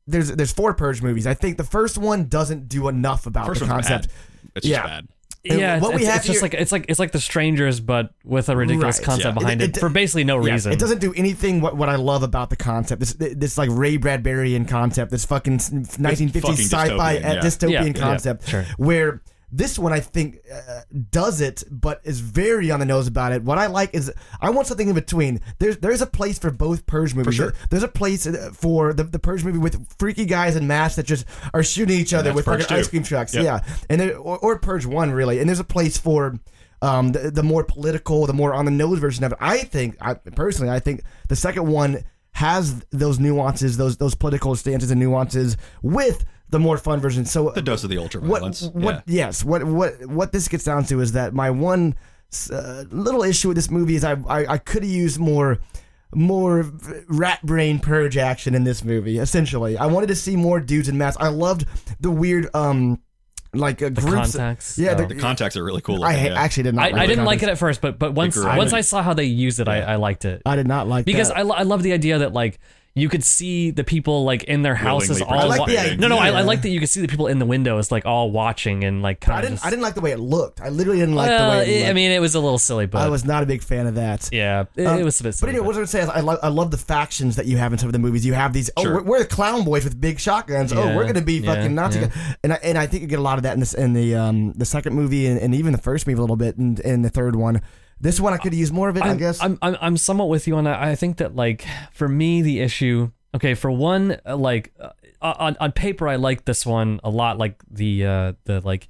there's there's four Purge movies. I think the first one doesn't do enough about
First
the
one's
concept.
bad. It's
Yeah.
just bad.
And
yeah,
what
it's,
we
it's
have
just
here-
like it's like it's like the strangers, but with a ridiculous
Right,
concept
yeah.
behind
It-
it,
it-
for basically no
Yeah,
reason.
It doesn't do anything what, what I love about the concept. This this like Ray Bradburyian concept, this fucking 1950s
fucking
sci-fi
dystopian,
dystopian,
yeah.
dystopian
Yeah, yeah,
concept
sure.
where this one I think uh, does it but is very on the nose about it. What I like is I want something in between. There's there's a place for both purge movies.
sure.
There's a place uh, for the, the purge movie with freaky guys and masks that just are shooting each other
that's
with
Purge
fucking ice
two.
cream trucks.
Yep.
Yeah. And there, or, or Purge 1 really. And there's a place for um, the, the more political, the more on the nose version of it. I think, I personally, I think the second one has those nuances, those those political stances and nuances with the more fun version. So
The dose of the ultra
what,
violence.
what yes, what what what this gets down to is that my one uh, little issue with this movie is I I, I could have used more more rat brain purge action in this movie. Essentially, I wanted to see more dudes in masks. I loved the weird um like uh, groups.
contacts.
Yeah,
Oh.
the,
The contacts are really cool.
I
looking,
ha-
yeah.
actually did not.
I,
like
I
the
didn't like it
contacts.
at first, but but once
grew out of
once
it.
I saw how they used it, I, I liked it
I did not like
because
that.
I, lo- I love the idea that like you could see the people like in their houses
Willingly
all.
I like the
wa- no, no, I, I
idea.
like that you could see the people in the windows like all watching and like kind
I
of.
didn't.
just-
I didn't like the way it looked. I literally didn't like
Well,
the way it
it-
looked.
I mean, it was a little silly, but
I was not a big fan of that.
yeah, it,
Um,
it was a bit
But
silly.
anyway, what I was gonna say is I, lo- I love the factions that you have in some of the movies. You have these oh
Sure.
we're, we're the clown boys with big shotguns. Oh
Yeah,
we're gonna be
yeah,
fucking Nazi
yeah.
guys. and I, and I think you get a lot of that in this in the um the second movie and, and even the first movie a little bit and, and the third one. This one I could use more of it. i
I'm,
guess
I'm, I'm I'm somewhat with you on that. I think that like for me the issue. Okay, for one, uh, like uh, on on paper, I like this one a lot. Like the uh the like,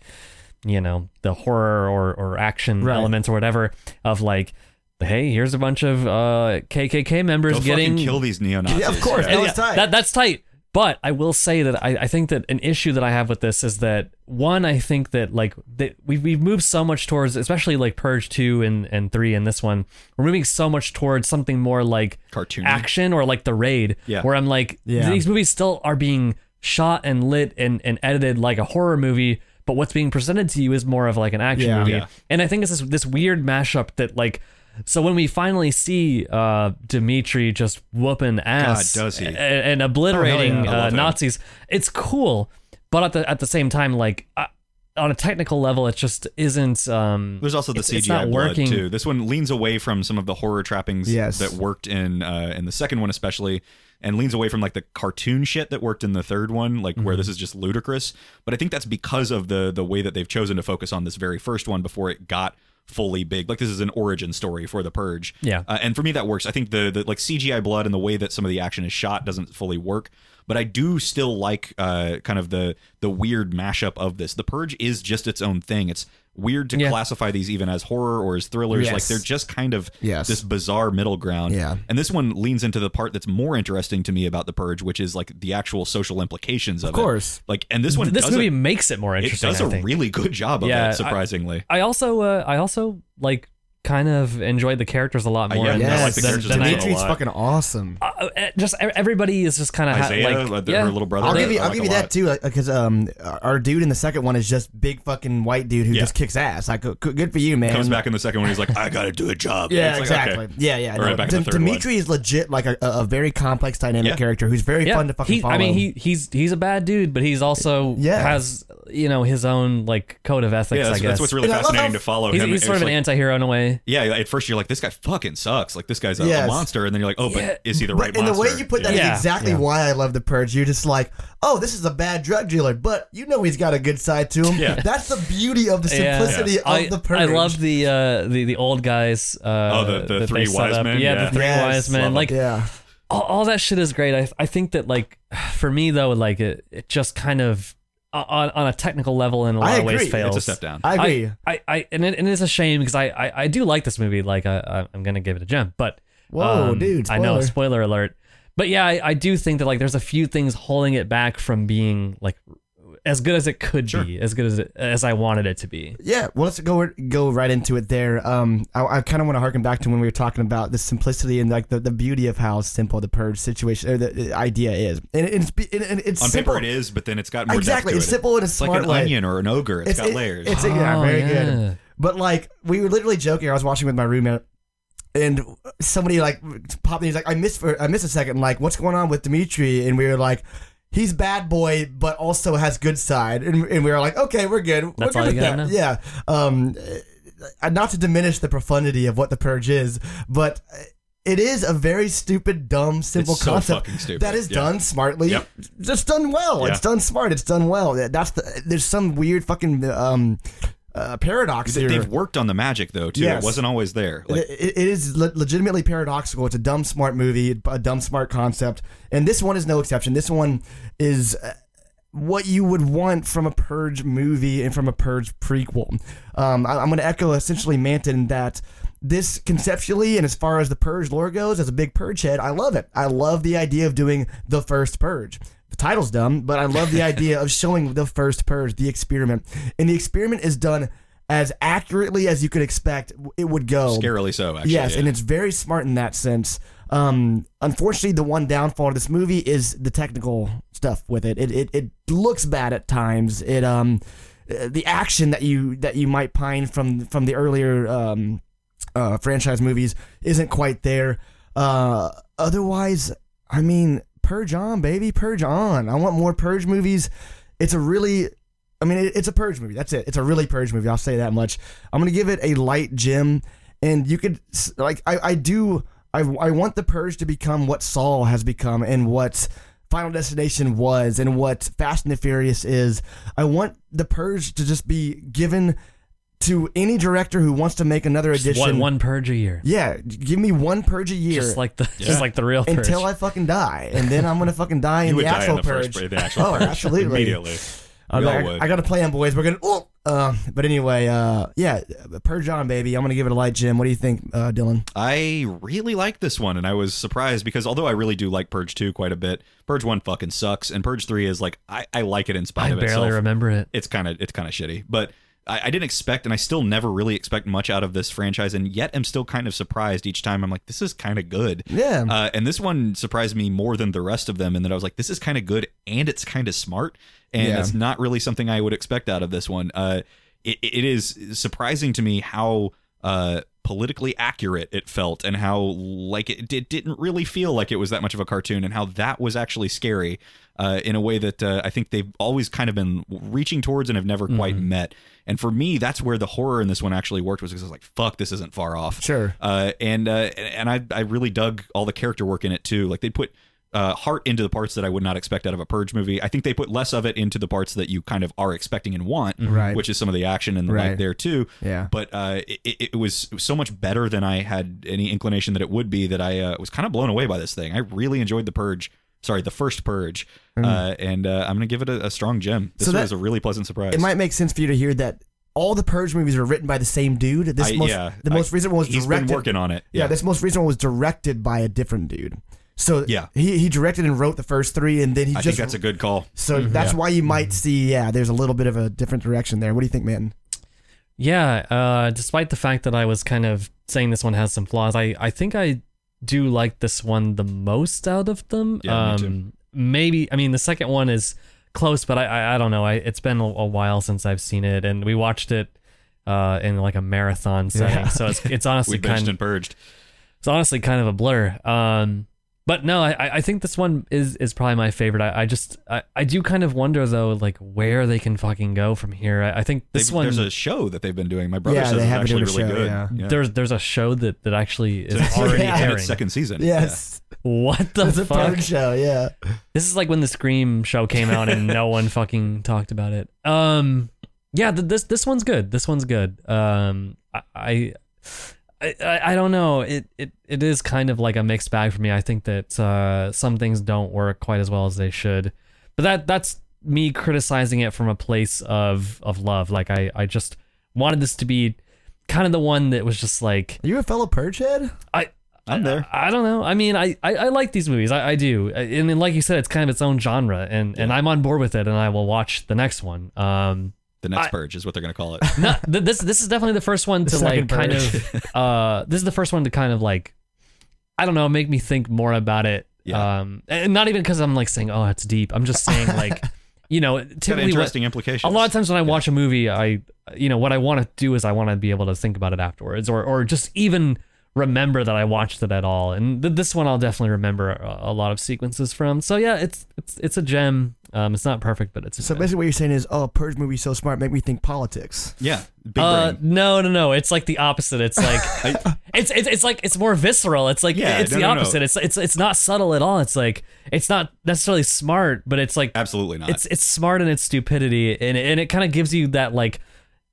you know, the horror or or action
Right.
elements or whatever of like. Hey, here's a bunch of uh, KKK members
Go
getting
fucking kill these neo Nazis.
yeah, of course. That
Yeah,
was tight.
That, that's tight. But I will say that I, I think that an issue that I have with this is that one, I think that like that we've, we've moved so much towards, especially like Purge two and, and three and this one, we're moving so much towards something more like
Cartoony.
action or like the raid,
Yeah.
where I'm like
Yeah.
these movies still are being shot and lit and, and edited like a horror movie, but what's being presented to you is more of like an action
Yeah.
movie.
Yeah.
And I think it's this this weird mashup that like so when we finally see uh Dimitri just whooping ass
does he. Oh,
a- and, obliterating
I
uh,
love him.
Nazis, it's cool. But at the at the same time, like uh, on a technical level, it just isn't. Um,
There's also the
it's-
CGI
it's not
blood
working.
too. This one leans away from some of the horror trappings
Yes.
that worked in uh, in the second one, especially, and leans away from like the cartoon shit that worked in the third one, like
Mm-hmm.
where this is just ludicrous. But I think that's because of the the way that they've chosen to focus on this very first one before it got fully big. Like this is an origin story for the Purge.
Yeah.
Uh, and for me, that works. I think the, the like CGI blood and the way that some of the action is shot doesn't fully work. But I do still like uh, kind of the the weird mashup of this. The Purge is just its own thing. It's weird to
Yeah.
classify these even as horror or as thrillers. Like
Yes.
they're just kind of
Yes.
this bizarre middle ground.
Yeah.
And this one leans into the part that's more interesting to me about the Purge, which is like the actual social implications of,
Of course.
it. Like, and this one
this
does
movie
a,
makes it more
it
interesting.
does
I
a
think.
really good job of
Yeah, I-
that, surprisingly.
I also uh, I also like kind of enjoyed the characters a lot
Uh,
more.
yeah,
in
I
this
like the
than-
characters
than
a
I-
lot.
Dimitri's fucking awesome.
uh, uh, just e- everybody is just kind of
Isaiah,
like,
like, the-
yeah.
her little brother.
I'll
I
give you, I'll
like
give
a
you
lot.
that too, because um, our dude in the second one is just big fucking white dude who
Yeah.
just kicks ass. Like, good- good for you, man.
Comes back in the second one. He's like, I got to do a job.
Yeah,
It's like, okay.
exactly. Yeah, yeah.
Right back in the
Dim-
third one.
Dimitri is legit like a, a a very complex, dynamic
Yeah.
character who's very
Yeah,
fun to fucking
he,
follow.
I mean, he he's he's a bad dude, but he's also
Yeah.
has you know his own like code of ethics.
Yeah,
I
that's,
guess
that's what's really
And I love
fascinating
how-
to follow
he's,
Oh, him.
he's
It's
sort of
like-
an anti-hero in a way.
Yeah, at first you're like, this guy fucking sucks. Like this guy's a,
Yes.
a monster, and then you're like, oh, but
Yeah.
is he the
but
right
and
monster?
the way you put that is
Yeah.
exactly
Yeah.
why I love the purge. You're just like, oh, this is a bad drug dealer, but you know he's got a good side to him.
Yeah.
That's the beauty of the
Yeah.
simplicity of
I,
the purge.
I love the uh, the the old guys. Uh,
Oh, the- the
that
three
they set
wise
up.
men?
Yeah,
Yeah.
the three
Yes.
wise men.
Love 'em.
like
Yeah,
all, all that shit is great. I I think that like for me though, like it, it just kind of on on a technical level in a lot
I
of ways
agree.
fails.
It's a step down.
I agree.
I, I, I and, it, and it's a shame because I, I, I do like this movie. Like I, I I'm gonna give it a gem, but
Whoa,
um,
dude,
I know
spoiler.
spoiler alert. But yeah, I, I do think that like there's a few things holding it back from being like as good as it could be, as good as it, as I wanted it to be.
Yeah, well, let's go go right into it there. Um, I, I kind of want to harken back to when we were talking about the simplicity and like the, the beauty of how simple the purge situation or the, the idea is, and, it's be- and, and it's
On
simple.
paper, it is, but then it's got more
exactly.
Depth to
It's
it.
simple in a
It's
smart
like an
way.
onion or an ogre. it's got
it-
layers.
It's yeah,
Oh,
very
yeah.
good. But like we were literally joking. I was watching with my roommate, and somebody like popped in. He's like, I missed for I missed a second. Like, what's going on with Dimitri? And we were like, he's bad boy, but also has good side. And, and we were like, okay, we're good.
That's
we're
all
good
you
with
gotta
that. Yeah. Um, uh, not to diminish the profundity of what the purge is, but uh, it is a very stupid, dumb, simple
It's so
concept
fucking stupid.
that is
Yeah.
done smartly.
Yep.
It's done well.
Yeah.
It's done smart. It's done well. That's the, there's some weird fucking um, uh, paradox here.
They've worked on the magic though too.
Yes.
It wasn't always there. Like,
It- it is le- legitimately paradoxical. It's a dumb smart movie, a dumb smart concept, and this one is no exception. This one is uh, what you would want from a Purge movie and from a Purge prequel. Um, I, am going to echo essentially Manton that this conceptually and as far as the Purge lore goes, as a big Purge head, I love it. I love the idea of doing the first Purge. The title's dumb, but I love the idea of showing the first Purge, the experiment, and the experiment is done. As accurately as you could expect, it would go.
scarily so. Actually,
Yes,
yeah.
and it's very smart in that sense. Um, unfortunately, the one downfall of this movie is the technical stuff with it. It it, it looks bad at times. It um, uh, the action that you that you might pine from from the earlier um, uh, franchise movies isn't quite there. Uh, otherwise, I mean, purge on, baby, purge on. I want more purge movies. It's a really, I mean, it, it's a purge movie. That's it. It's a really purge movie. I'll say that much. I'm gonna give it a light gem, and you could s- like, I, I do, I, I want the purge to become what Saul has become and what Final Destination was and what Fast and the Furious is. I want the purge to just be given. To any director who wants to make another
Just
edition,
one, one purge a year.
yeah, give me one purge a year
Just like the just like the real purge.
until I fucking die, and then I'm gonna fucking die in
you would
the
die in
actual
the
purge.
first the actual
oh,
purge
absolutely.
immediately.
I'm
We all
like,
would.
I, I gotta play on boys. We're gonna. Oh! Uh, but anyway, uh, yeah, purge on, baby. I'm gonna give it a light, Jim. What do you think, uh, Dylan?
I really like this one, and I was surprised because although I really do like Purge two quite a bit, Purge one fucking sucks, and Purge three is like I, I like it in spite
I
of
barely
itself.
remember it.
It's kind of it's kind of shitty, but I, I didn't expect, and I still never really expect much out of this franchise, and yet am still kind of surprised each time. I'm like, this is kind of good.
Yeah.
Uh, and this one surprised me more than the rest of them, and that I was like, this is kind of good, and it's kind of smart, and
Yeah.
it's not really something I would expect out of this one. Uh, it, it is surprising to me how uh, politically accurate it felt, and how like it, it didn't really feel like it was that much of a cartoon, and how that was actually scary uh, in a way that uh, I think they've always kind of been reaching towards and have never quite
Mm-hmm.
met. And for me, that's where the horror in this one actually worked was because I was like, fuck, this isn't far off.
Sure.
Uh, and uh, and I I really dug all the character work in it too. Like they put uh, heart into the parts that I would not expect out of a Purge movie. I think they put less of it into the parts that you kind of are expecting and want,
Right.
which is some of the action and the
Right.
like there too.
Yeah.
But uh, it, it it was so much better than I had any inclination that it would be. That I uh, was kind of blown away by this thing. I really enjoyed the Purge. Sorry, the first Purge, uh, and uh, I'm gonna give it a, a strong gem. This
Hmm. So that-
was a really pleasant surprise.
It might make sense for you to hear that all the purge movies were written by the same dude. This
I-
most,
yeah,
the most
I-
recent one was
he's
directed.
been working on it.
yeah. this most recent one was directed by a different dude. So
Yeah.
he he directed and wrote the first three, and then he
I
just
think that's a good Mm-hmm. call.
so that's why you might see yeah, there's a little bit of a different direction there. What do you think, man?
Yeah, uh, despite the fact that I was kind of saying this one has some flaws, I, I think I do like this one the most out of them. Um,
Yeah, me too.
Maybe I mean the second one is close, but I I, I don't know. I it's been a, a while since I've seen it, and we watched it uh, in like a marathon setting, so it's it's honestly
We
kind
benched
of
and purged.
it's honestly kind of a blur. Um, but no, I- I, I think this one is is probably my favorite. I, I just I, I do kind of wonder though, like where they can fucking go from here. I, I think this
They've-
one
There's a show that they've been doing. My brother
Yeah,
says
they
it's
have been
actually
doing a
really
show,
good.
yeah.
there's there's a show that that actually is
It's
already
already in
airing.
its second season.
Yes.
What the
It's a
fuck?
purge show, yeah.
This is like when the Scream show came out and no one fucking talked about it. Um, yeah, th- this this one's good. This one's good. Um, I. I I, I I don't know. It, it it is kind of like a mixed bag for me. I think that uh, some things don't work quite as well as they should, but that that's me criticizing it from a place of of love. Like I, I just wanted this to be kind of the one that was just like
Are you a fellow purge head?
I
I'm there.
I, I don't know. I mean, I, I, I like these movies. I, I do. I- And then, like you said, it's kind of its own genre, and, and I'm on board with it. And I will watch the next one. Um,
The next
I-
purge is what they're gonna call it.
no, th- this this is definitely the first one to like
second
kind
purge.
of. Uh, this is the first one to kind of like, I don't know, make me think more about it.
Yeah.
Um, and not even because I'm like saying, oh, it's deep. I'm just saying like, you know,
Got
typically what,
interesting implications.
a lot of times when I watch a movie, I you know what I want to do is I want to be able to think about it afterwards, or or just even remember that I watched it at all. And th- this one I'll definitely remember a, a lot of sequences from. So yeah, it's it's it's a gem. Um, it's not perfect, but it's a
So
gem.
basically, what you're saying is, oh, Purge movie's so smart, make me think politics.
Yeah, big
Uh,
brain.
no, no, no. It's like the opposite. It's like
I-
it's, it's it's like it's more visceral. It's like
Yeah,
it's
no,
the
no, no.
opposite. It's it's it's not subtle at all. It's like it's not necessarily smart, but it's like
Absolutely not.
it's it's smart in its stupidity, and and it kind of gives you that like,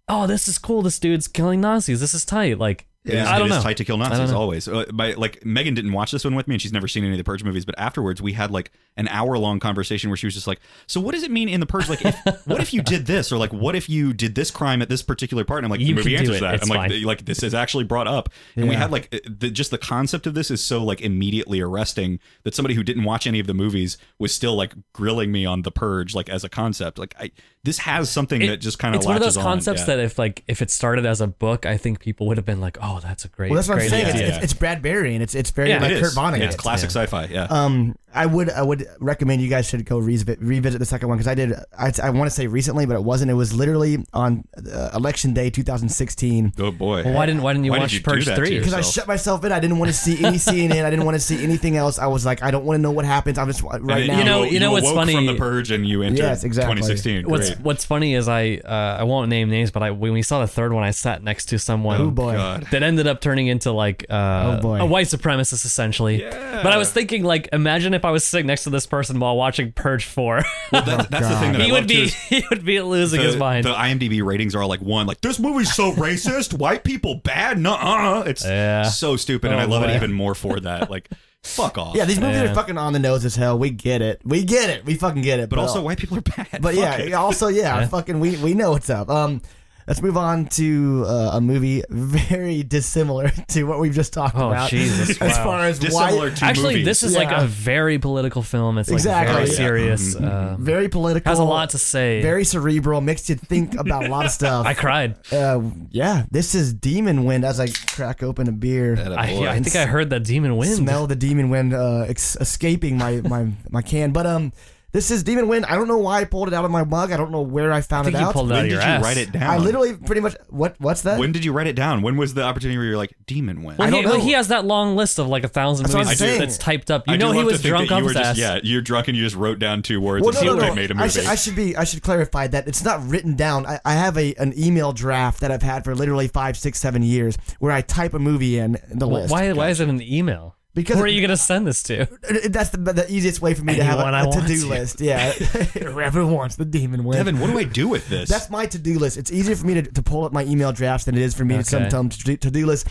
oh, this is cool. This dude's killing Nazis. This is tight. Like
It is-
I don't
it is
know.
tight to kill
don't
Nazis
know.
always. Uh, my, like Megan didn't watch this one with me, and she's never seen any of the Purge movies. But afterwards, we had like an hour long conversation where she was just like, "So what does it mean in the Purge? Like, if, what if you did this, or like, what if you did this crime at this particular part?" And I'm like,
You
"The movie
can do
answers
it.
that."
It's
I'm like,
fine.
"Th- "Like this is actually brought up," and we
Yeah.
had like uh, the, just the concept of this is so like immediately arresting that somebody who didn't watch any of the movies was still like grilling me on the Purge like as a concept. Like, I this has something
It-
that just kind
it's one of those
on.
concepts
Yeah.
that if like if it started as a book, I think people would have been like, oh, that's a great.
Well, that's what I'm
great
saying.
idea.
It's, it's, it's Brad Barry, and it's it's very
Yeah,
It
like Kurt
is.
Vonnegut.
It's classic sci-fi. Yeah.
Uh,
Um, I would I would recommend you guys should go revisit revisit the second one because I did I, I want to say recently, but it wasn't. It was literally on uh, election day 2016.
oh boy.
Well, why didn't why didn't you
Why did
watch
you do
Purge
that to
three?
Because I
yourself.
shut myself in, I didn't want to see any CNN. I didn't want to see anything else. I was like, I don't want to know what happens. I'm just right
And
now.
then
You know- you know what's
awoke
funny-
From the purge, and you entered
Yes, exactly.
2016.
What's
Great.
What's funny is I uh, I won't name names, but I when we saw the third one, I sat next to someone
oh boy,
God.
that ended up turning into like uh,
Oh, boy.
a white supremacist essentially. But I was thinking like, imagine if I was sitting next to this person while watching Purge Four,
Well, that's, that's the thing that I
he
love
would
too
be
is
he would be losing
The,
his mind.
the IMDb ratings are all like one, like this movie's so racist, white people bad, nuh-uh. It's
Yeah.
so stupid, and
Oh,
I love it
boy.
even more for that. Like, fuck off.
yeah, these movies
Yeah.
are fucking on the nose as hell. We get it. We get it. We fucking get it.
but also white people are bad.
But
Fuck
yeah,
it.
also yeah, fucking we we know what's up. Um, let's move on to uh, a movie very dissimilar to what we've just talked
Oh,
about.
Jesus,
As
wow.
far as
dissimilar
why,
to
Actually,
movies.
this is like
Yeah.
a very political film. It's like
Exactly.
very
Yeah.
serious.
Mm-hmm.
Uh,
very political,
has a lot to say.
Very cerebral, makes you think about a lot of stuff.
I cried.
uh, yeah, this is demon wind. As I crack open a beer,
I, I think I heard that demon wind.
smell the demon wind uh, ex- escaping my, my my can. But um, this is demon wind. I don't know why I pulled it out of my mug. I don't know where I
I
found
think
it
you
out.
pulled it out
when
of
did you
your ass.
write it down?
I literally pretty much what what's that?
When did you write it down? When was the opportunity where you're like, demon went?
Well,
I don't
he, well,
know.
he has that long list of like a thousand
That's what
movies
I'm saying.
that's typed up.
I
You
do
know he
love to
was
think that
drunk
you
off
were
his
just-
ass.
Yeah, you're drunk and you just wrote down two words
Well,
and
no,
assumed
no,
they
no.
made a movie.
I should, I should be. I should clarify that it's not written down. I, I have a an email draft that I've had for literally five, six, seven years, where I type a movie in the
Well,
list.
why? Why is it an email?
Because-
where are you gonna send this to?
That's the, the easiest way for me to have
Anyone I
a, a
want
to do
to.
list. Yeah, whoever wants the demon win.
Evan, what do I do with this?
That's my to do list. It's easier for me to, to pull up my email drafts than it is for me to
Okay.
sometimes to do list.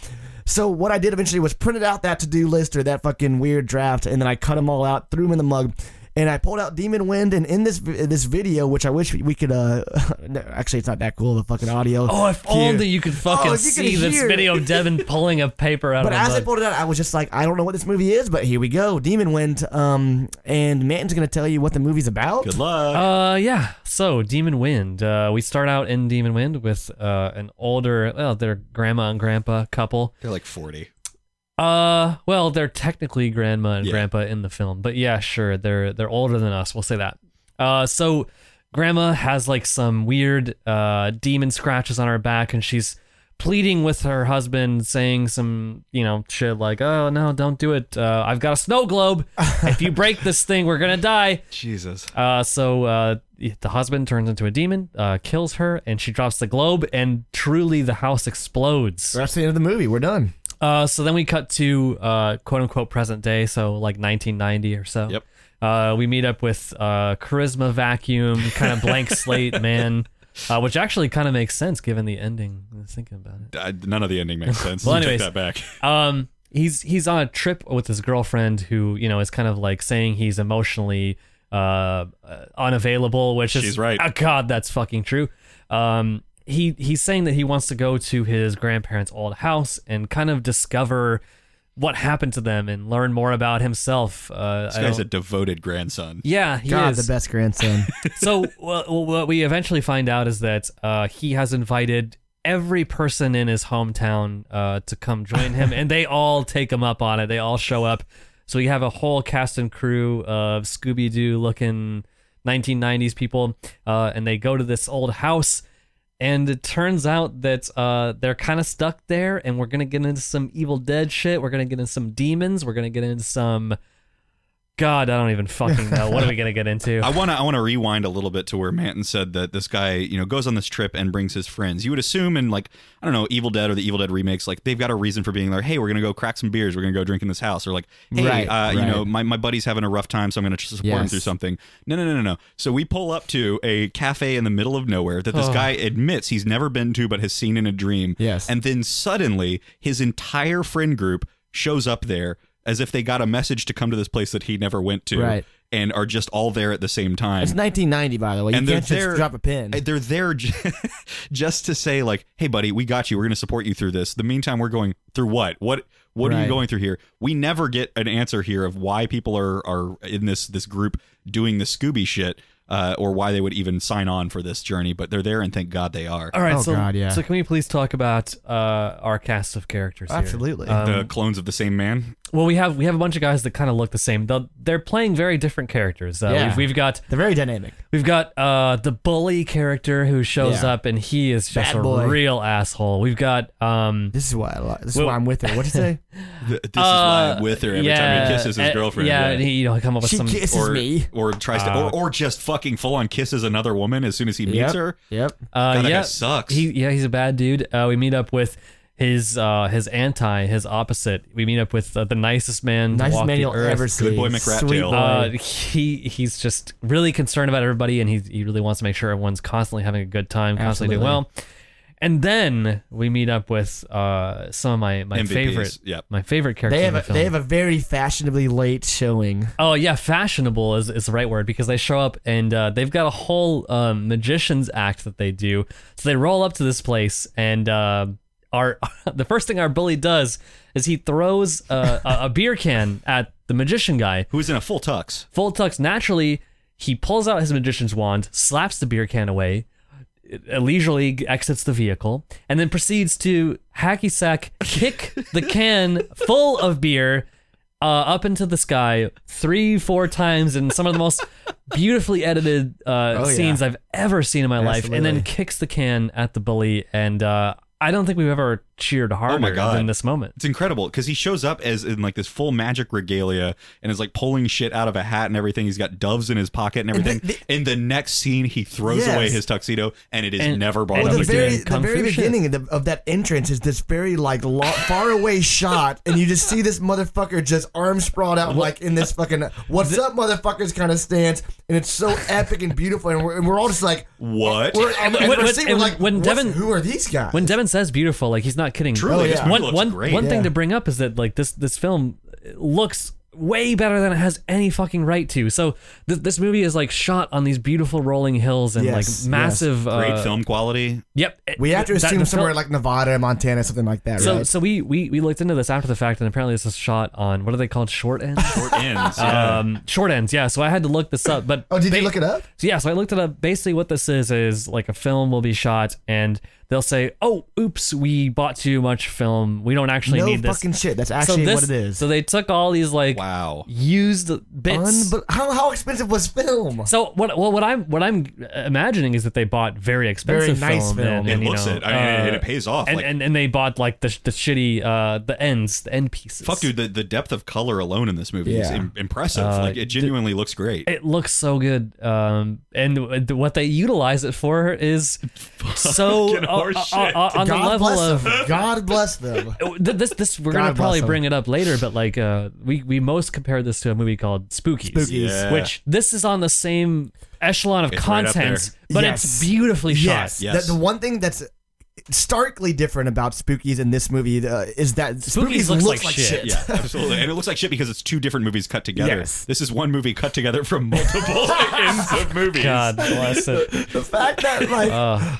So what I did eventually was printed out that to do list or that fucking weird draft, and then I cut them all out, threw them in the mug, and I pulled out Demon Wind. And in this vi- this video, which I wish we could, uh, no, actually it's not that cool the fucking audio.
Oh, if only you could fucking
Oh, if you could
see this
hear-
video of Devin pulling a paper out
But
of
as I
a mug.
pulled it out, I was just like, I don't know what this movie is, but here we go, Demon Wind. Um, and Manton's gonna tell you what the movie's about.
Good luck.
Uh, yeah. So, Demon Wind. Uh, we start out in Demon Wind with uh an older, well, their grandma and grandpa couple.
They're like 40.
Uh, well, they're technically grandma and
Yeah.
grandpa in the film, but yeah, sure, they're they're older than us. We'll say that. Uh, so grandma has like some weird uh demon scratches on her back, and she's pleading with her husband, saying some you know shit like, "Oh no, don't do it. Uh, I've got a snow globe. if you break this thing, we're gonna die."
Jesus.
Uh, so uh, the husband turns into a demon, uh, kills her, and she drops the globe, and truly the house explodes.
That's the end of the movie. We're done.
Uh, so then we cut to uh, quote unquote present day, so like 1990 or so.
Yep.
Uh, we meet up with uh, Charisma Vacuum, kind of blank slate man, uh, which actually kind of makes sense given the ending. I was thinking about it.
I, none of the ending makes sense.
Well,
You
anyways.
take that back.
Um, he's he's on a trip with his girlfriend, who you know is kind of like saying he's emotionally uh, uh, unavailable, which is
She's right.
Oh, God, that's fucking true. Um, he he's saying that he wants to go to his grandparents' old house and kind of discover what happened to them and learn more about himself. Uh,
This
I
guy's a
don't-
devoted grandson.
yeah, he
God,
is
the best grandson.
so well, what we eventually find out is that uh, he has invited every person in his hometown uh, to come join him, and they all take him up on it. They all show up. So you have a whole cast and crew of Scooby Doo looking 1990s people, uh, and they go to this old house. And it turns out that uh, they're kind of stuck there, and we're gonna get into some Evil Dead shit. We're gonna get into some demons. We're gonna get into some. God, I don't even fucking know. What are we gonna get into?
I want to I want to rewind a little bit to where Manton said that this guy you know goes on this trip and brings his friends. You would assume in like I don't know Evil Dead or the Evil Dead remakes, like they've got a reason for being there. Hey, we're gonna go crack some beers. We're gonna go drink in this house, or like hey,
Right,
uh, you know
right.
my, my buddy's having a rough time, so I'm gonna tr- support him
Yes.
through something. No, no, no, no, no. So we pull up to a cafe in the middle of nowhere that this
Ugh.
guy admits he's never been to but has seen in a dream.
Yes.
and then suddenly his entire friend group shows up there. As if they got a message to come to this place that he never went to,
Right.
and are just all there at the same time.
It's 1990, by the way. You
And they're
can't
there-
just drop a pin.
Uh, They're there j- just to say like, "Hey, buddy, we got you. We're going to support you through this." The meantime, we're going through what? What? What are you
Right.
going through here? We never get an answer here of why people are are in this this group doing the Scooby shit, uh, or why they would even sign on for this journey. But they're there, and thank God they are.
All right,
Oh,
so
God, yeah.
so can we please talk about uh, our cast of characters? here?
Absolutely.
the clones of the same man.
Well, we have we have a bunch of guys that kind of look the same. They'll, they're playing very different characters. Uh,
Yeah.
we've, we've got
They're very dynamic.
We've got uh, the bully character who shows
Yeah.
up and he is just
Bad
a
boy.
real asshole. We've got um
This is why. I li- This is
Well-
why I'm with her. What'd you say?
Th- this is why
uh,
I'm with her every
yeah,
time he kisses his
uh,
girlfriend.
Yeah, and he Uh, you know come up with
she
some
kisses
or,
me.
or tries to, or, or just fucking full on kisses another woman as soon as he meets
Yep.
her.
Yep.
uh,
God, that guy
yeah,
sucks.
He yeah, he's a bad dude. Uh, we meet up with his uh, his anti, his opposite. We meet up with uh, the nicest man, to
Nicest
walk
man
the
you'll
earth.
ever see.
boy McRat
Sweet
tail.
boy.
Uh, he he's just really concerned about everybody, and he he really wants to make sure everyone's constantly having a good time, constantly doing well.
Absolutely.
And then we meet up with uh, some of my my
MVPs,
favorite
yep.
my favorite characters.
they
in
have
the film.
a, they have a very fashionably late showing.
oh yeah, fashionable is, is the right word because they show up and uh, they've got a whole um, magicians act that they do. So they roll up to this place and. Uh, our the first thing our bully does is he throws uh, a, a beer can at the magician guy,
Who's in a full tux?
Full Tux naturally, he pulls out his magician's wand, slaps the beer can away, uh, leisurely exits the vehicle, and then proceeds to hacky sack kick the can full of beer uh, up into the sky three, four times in some of the most beautifully edited uh,
Oh, yeah.
scenes I've ever seen in my life, and then
Absolutely.
kicks the can at the bully. And uh, I don't think we've ever
Oh
cheered harder
God.
than this moment.
It's incredible because he shows up as in like this full magic regalia and is like pulling shit out of a hat and everything. He's got doves in his pocket and everything.
the-
in the next scene, he throws
Yes.
away his tuxedo and it is
And-
never brought
and
up
the
he's
again.
very
doing
the
kung
very
fu shit.
beginning of, the, of that entrance is this very like lo- far away shot, and you just see this motherfucker just arms sprawled out like in this fucking "What's up, motherfuckers" kind of stance, and it's so epic and beautiful, and we're, and we're all just like,
What?
We're, and, and
When-
we're
when-
seeing,
and
we're
when-
like,
when
what's-
Devin-
who are these guys?
when Devin says beautiful, like he's not kidding.
Truly,
Oh,
this
yeah.
movie
one
looks
one-
great.
one thing
Yeah.
to bring up is that like this this film looks way better than it has any fucking right to. So th- this movie is like shot on these beautiful rolling hills and
Yes, yes.
like massive.
great
uh,
film quality.
Yep. it-
we have to
that-
assume
the
somewhere
film-
like Nevada, Montana, something like that,
So
right?
so we, we we looked into this after the fact, and apparently this is shot on what are they called short ends.
Short ends. yeah.
Um, short ends, yeah. So I had to look this up, but
oh, did you look it up?
So yeah, so I looked it up. Basically, what this is is like a film will be shot, and they'll say, "Oh, oops, we bought too much film. We don't actually
No
need this."
fucking shit. That's actually
this-
what it is.
So they took all these like
wow.
used bits.
Unbe- how, how expensive was film?
so what? Well, what I'm what I'm imagining is that they bought very expensive
Very nice film.
and,
It
and, you
looks
know,
it. I mean, it,
uh,
it pays off.
and,
like,
and and they bought like the the shitty uh the ends the end pieces.
fuck, dude, the, the depth of color alone in this movie is
Yeah.
im- impressive. like, Uh, it genuinely looks great.
It looks so good, um, and th- what they utilize it for is so
Fucking
uh, uh,
horseshit.
uh, uh, on the
God
level
bless
of
them. God bless them.
Oh, th- this this we're
God
gonna
bless
probably
them.
bring it up later, but like uh, we we most compared this to a movie called Spookies,
Spookies.
Yeah.
which this is on the same echelon of
It's right up
content,
there.
but
Yes.
it's beautifully
Yes.
shot.
Yes.
The, the one thing that's starkly different about Spookies in this movie uh, is that Spookies, looks, like, shit.
Yeah, absolutely. And it looks like shit because it's two different movies cut together.
Yes.
This is one movie cut together from multiple ends of movies.
God bless it.
The fact that like,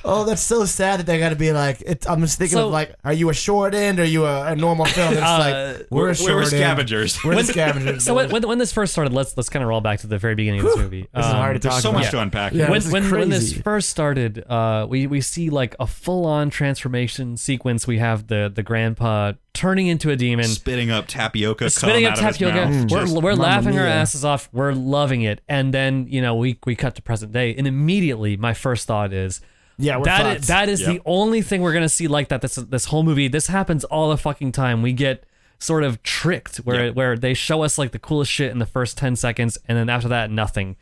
oh, that's so sad that they got to be like. It, I'm just thinking
Uh. So-
of like, are you a short end? Or are you a, a normal film? It's
Uh,
like we're a short
We're
end.
scavengers.
We're the scavengers.
So when, when when this first started, let's let's kind of roll back to the very beginning of this movie.
this is
Um,
hard to
There's
talk
so much
about.
to unpack.
Yeah.
here.
when,
this is
when, when this
crazy.
first started, uh, we we see like a full on transformation sequence. We have the the grandpa turning into a demon,
Spitting up tapioca.
spitting
cum
up
out of his
tapioca.
mouth.
We're,
Just-
we're
Mamma
laughing our
mia.
asses off. We're loving it. And then, you know, we, we cut to present day. And immediately, my first thought is,
Yeah, we're
That
fucked.
is, that is
Yep.
the only thing we're gonna see like that. This this whole movie. This happens all the fucking time. We get sort of tricked where where they show us like the coolest shit in the first ten seconds, and then after that, nothing.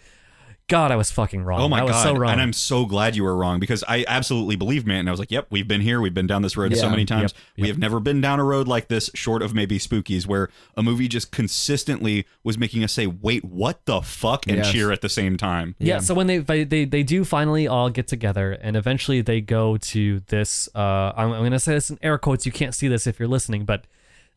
God, I was fucking wrong.
Oh my
I was
god!
so wrong.
And I'm so glad you were wrong because I absolutely believed man. And I was like, "Yep, we've been here. We've been down this road so
Yeah.
many times.
Yep.
We have never been down a road like this, short of maybe Spookies, where a movie just consistently was making us say, "Wait, what the fuck?" and
Yes.
cheer at the same time.
yeah,
Yeah.
so when they, they they they do finally all get together and eventually they go to this uh I'm, I'm gonna say this in air quotes you can't see this if you're listening but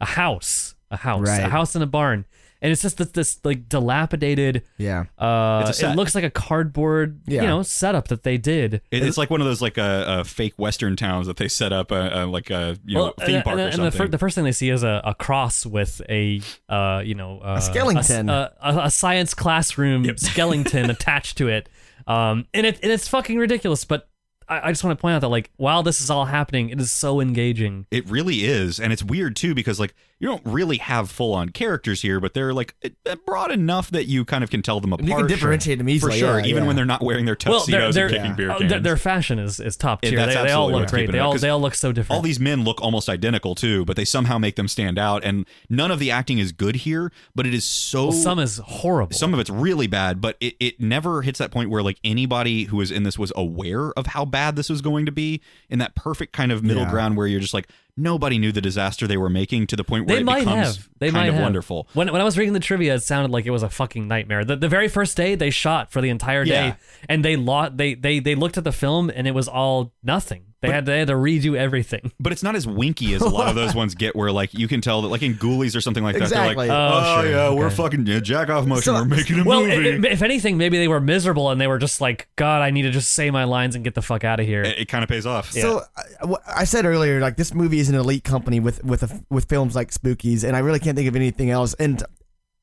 a house a house a
Right.
house in a barn and it's just this, this like dilapidated
yeah.
uh
It's a
it
set.
looks like a cardboard
Yeah.
you know setup that they did
It, it's like one of those like uh, uh, fake Western towns that they set up, uh, uh, like a you know
Well, and-
theme
uh,
park
and,
or
and the,
something.
fir- the first thing they see is a, a cross with a uh, you know uh,
skeleton.
a, a- a science classroom skeleton attached to it, um, and it and it's fucking ridiculous. But I, I just want to point out that like while this is all happening, it is so engaging.
It really is, and it's weird too because like you don't really have full on characters here, but they're like eh, broad enough that you kind of can tell them apart.
You can differentiate them
for
easily.
sure,
yeah,
even
yeah.
when they're not wearing their
Well,
tuxedos
they're- they're-
and kicking
yeah.
beer
Oh,
cans.
their, their fashion is, is top
Yeah,
tier.
that's
they, they all
absolutely
look
what's
great.
keeping
They
it up,
all
'cause
they all look so different.
all these men look almost identical too, but they somehow make them stand out. And none of the acting is good here, but it is so
Well, some is horrible.
some of it's really bad, but it, it never hits that point where like anybody who was in this was aware of how bad this was going to be in that perfect kind of middle
Yeah.
ground where you're just like nobody knew the disaster they were making to the point where
they
it
might
becomes
have. They
kind
might
of
have.
wonderful.
When, when I was reading the trivia, it sounded like it was a fucking nightmare. The, the very first day they shot for the entire day,
Yeah.
and they lo- they they they looked at the film and it was all nothing. They had they had to redo everything.
But it's not as winky as a lot of those ones get where like you can tell that like in Ghoulies or something like that.
Exactly.
They're like,
Oh,
oh,
sure.
yeah, we're
Okay.
fucking yeah, jack off motion.
So-
we're making a
Well, i-
movie.
i- if anything, maybe they were miserable and they were just like, God, I need to just say my lines and get the fuck out of here.
it kind of pays off.
So I- wh- I said earlier, like this movie is an elite company with with a, with films like Spookies, and I really can't think of anything else. And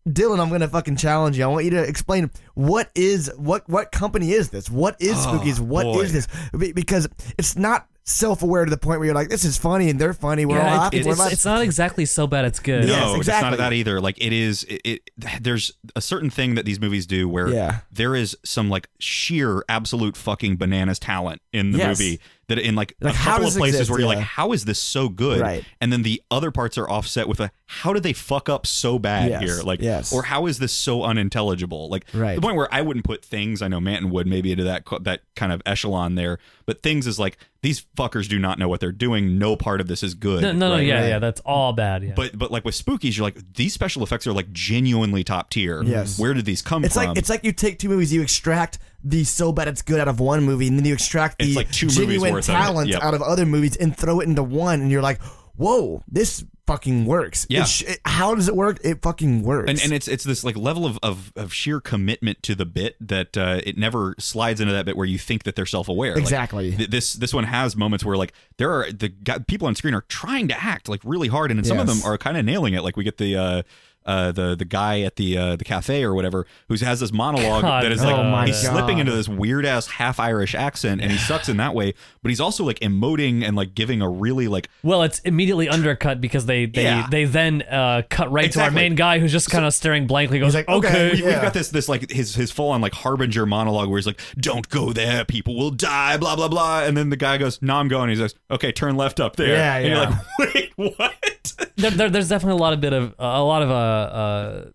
Dylan, I'm gonna fucking challenge you. I want you to explain what is what what company is this? What is Spookies? What is
boy.
this? Be- Because it's not self aware to the point where you're like, this is funny, and they're funny. We're all
yeah, it-
laughing.
it's,
we're
it's,
laughing.
it's not exactly so bad. It's good.
Yeah. Yes,
no, it's
exactly.
not that either. Like it is, it, it there's a certain thing that these movies do where
Yeah.
there is some like sheer absolute fucking bananas talent in the
Yes.
movie that in like,
Like,
a
how
couple
does
of
it
places
exist?
where you're
Yeah.
like, how is this so good?
Right.
And then the other parts are offset with a how did they fuck up so bad
Yes,
here? Like
yes.
or how is this so unintelligible? Like
Right.
the point where I wouldn't put things, I know Manton would maybe into that co- that kind of echelon there, but things is like these fuckers do not know what they're doing. No part of this is good.
No, no, no
right?
yeah, yeah, that's all bad. Yeah.
But but like with spookies, you're like these special effects are like genuinely top tier.
Yes.
Where did these come
It's
from?
like it's like you take two movies, you extract the so bad it's good out of one movie, and then you extract the
It's like two movies
genuine
worth of it.
talent
Yep.
out of other movies and throw it into one, and you're like, whoa, this fucking works. It
Yeah.
sh- it- how does it work? It fucking works.
and, and it's it's this like level of, of, of sheer commitment to the bit that uh, it never slides into that bit where you think that they're self aware.
Exactly.
th- this this one has moments where like there are the guy, people on screen are trying to act like really hard, and then some of them
Yes.
are kind of nailing it. Like we get the uh, uh, the the guy at the uh, the cafe or whatever who has this monologue
God,
that is
no.
like
Oh my
he's slipping
God.
into this weird ass half Irish accent, and he sucks in that way, but he's also like emoting and like giving a really like
Well, it's immediately undercut because they they,
Yeah.
they then uh, cut right to our
Exactly.
main guy who's just kind of staring blankly. Goes
like,
okay,
"Okay,
we,
Yeah.
We've got this this like his his full on like harbinger monologue where he's like, "Don't go there, people will die," blah blah blah, and then the guy goes, "No, I'm going." He's like, "Okay, turn left up there."
Yeah,
and
yeah.
You're like, "Wait, what?"
there, there- there's definitely a lot of bit of a lot of uh, uh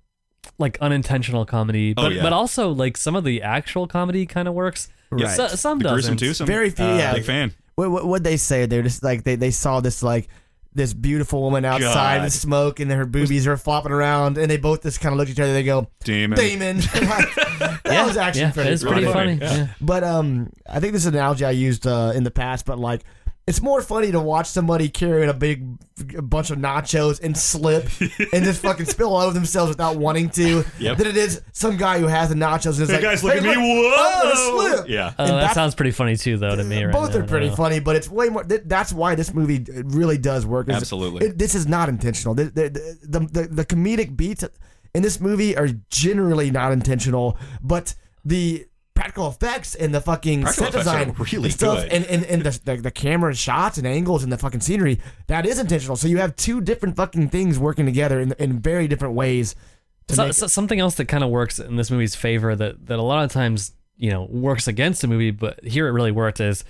like unintentional comedy,
Oh,
but
yeah.
but also like some of the actual comedy kind of works.
Right.
So- some
the
doesn't.
gruesome twosome.
Very few, yeah.
Big fan.
what what what they say? They're just like they, they saw this like this beautiful woman outside
God.
with smoke, and her boobies are flopping around, and they both just kind of look at each other. They go,
Damon.
Damon. Like, that was actually
Yeah,
pretty
it's
funny.
pretty funny. Uh,
funny.
Yeah.
But um, I think this is an analogy I used uh, in the past, but like. It's more funny to watch somebody carrying a big a bunch of nachos and slip and just fucking spill all over themselves without wanting to
Yep.
than it is some guy who has the nachos and is
Hey,
like,
guys, look
"Hey,
at me.
oh, a
Whoa!"
slip.
Yeah.
Oh,
And
that
that's-
sounds pretty funny too, though, to me. Right
Both
now.
are pretty
Yeah.
funny, but it's way more. th- That's why this movie d- really does work. is-
Absolutely.
it- this is not intentional. The the, the, the the comedic beats in this movie are generally not intentional, but the practical effects and the fucking
Practical
set
effects are
design
really
and stuff
good.
and, and, and the, the, the camera shots and angles and the fucking scenery that is intentional. So you have two different fucking things working together in, in very different ways. To
So,
make
so- something else that kind of works in this movie's favor that that a lot of times you know works against the movie, but here it really worked is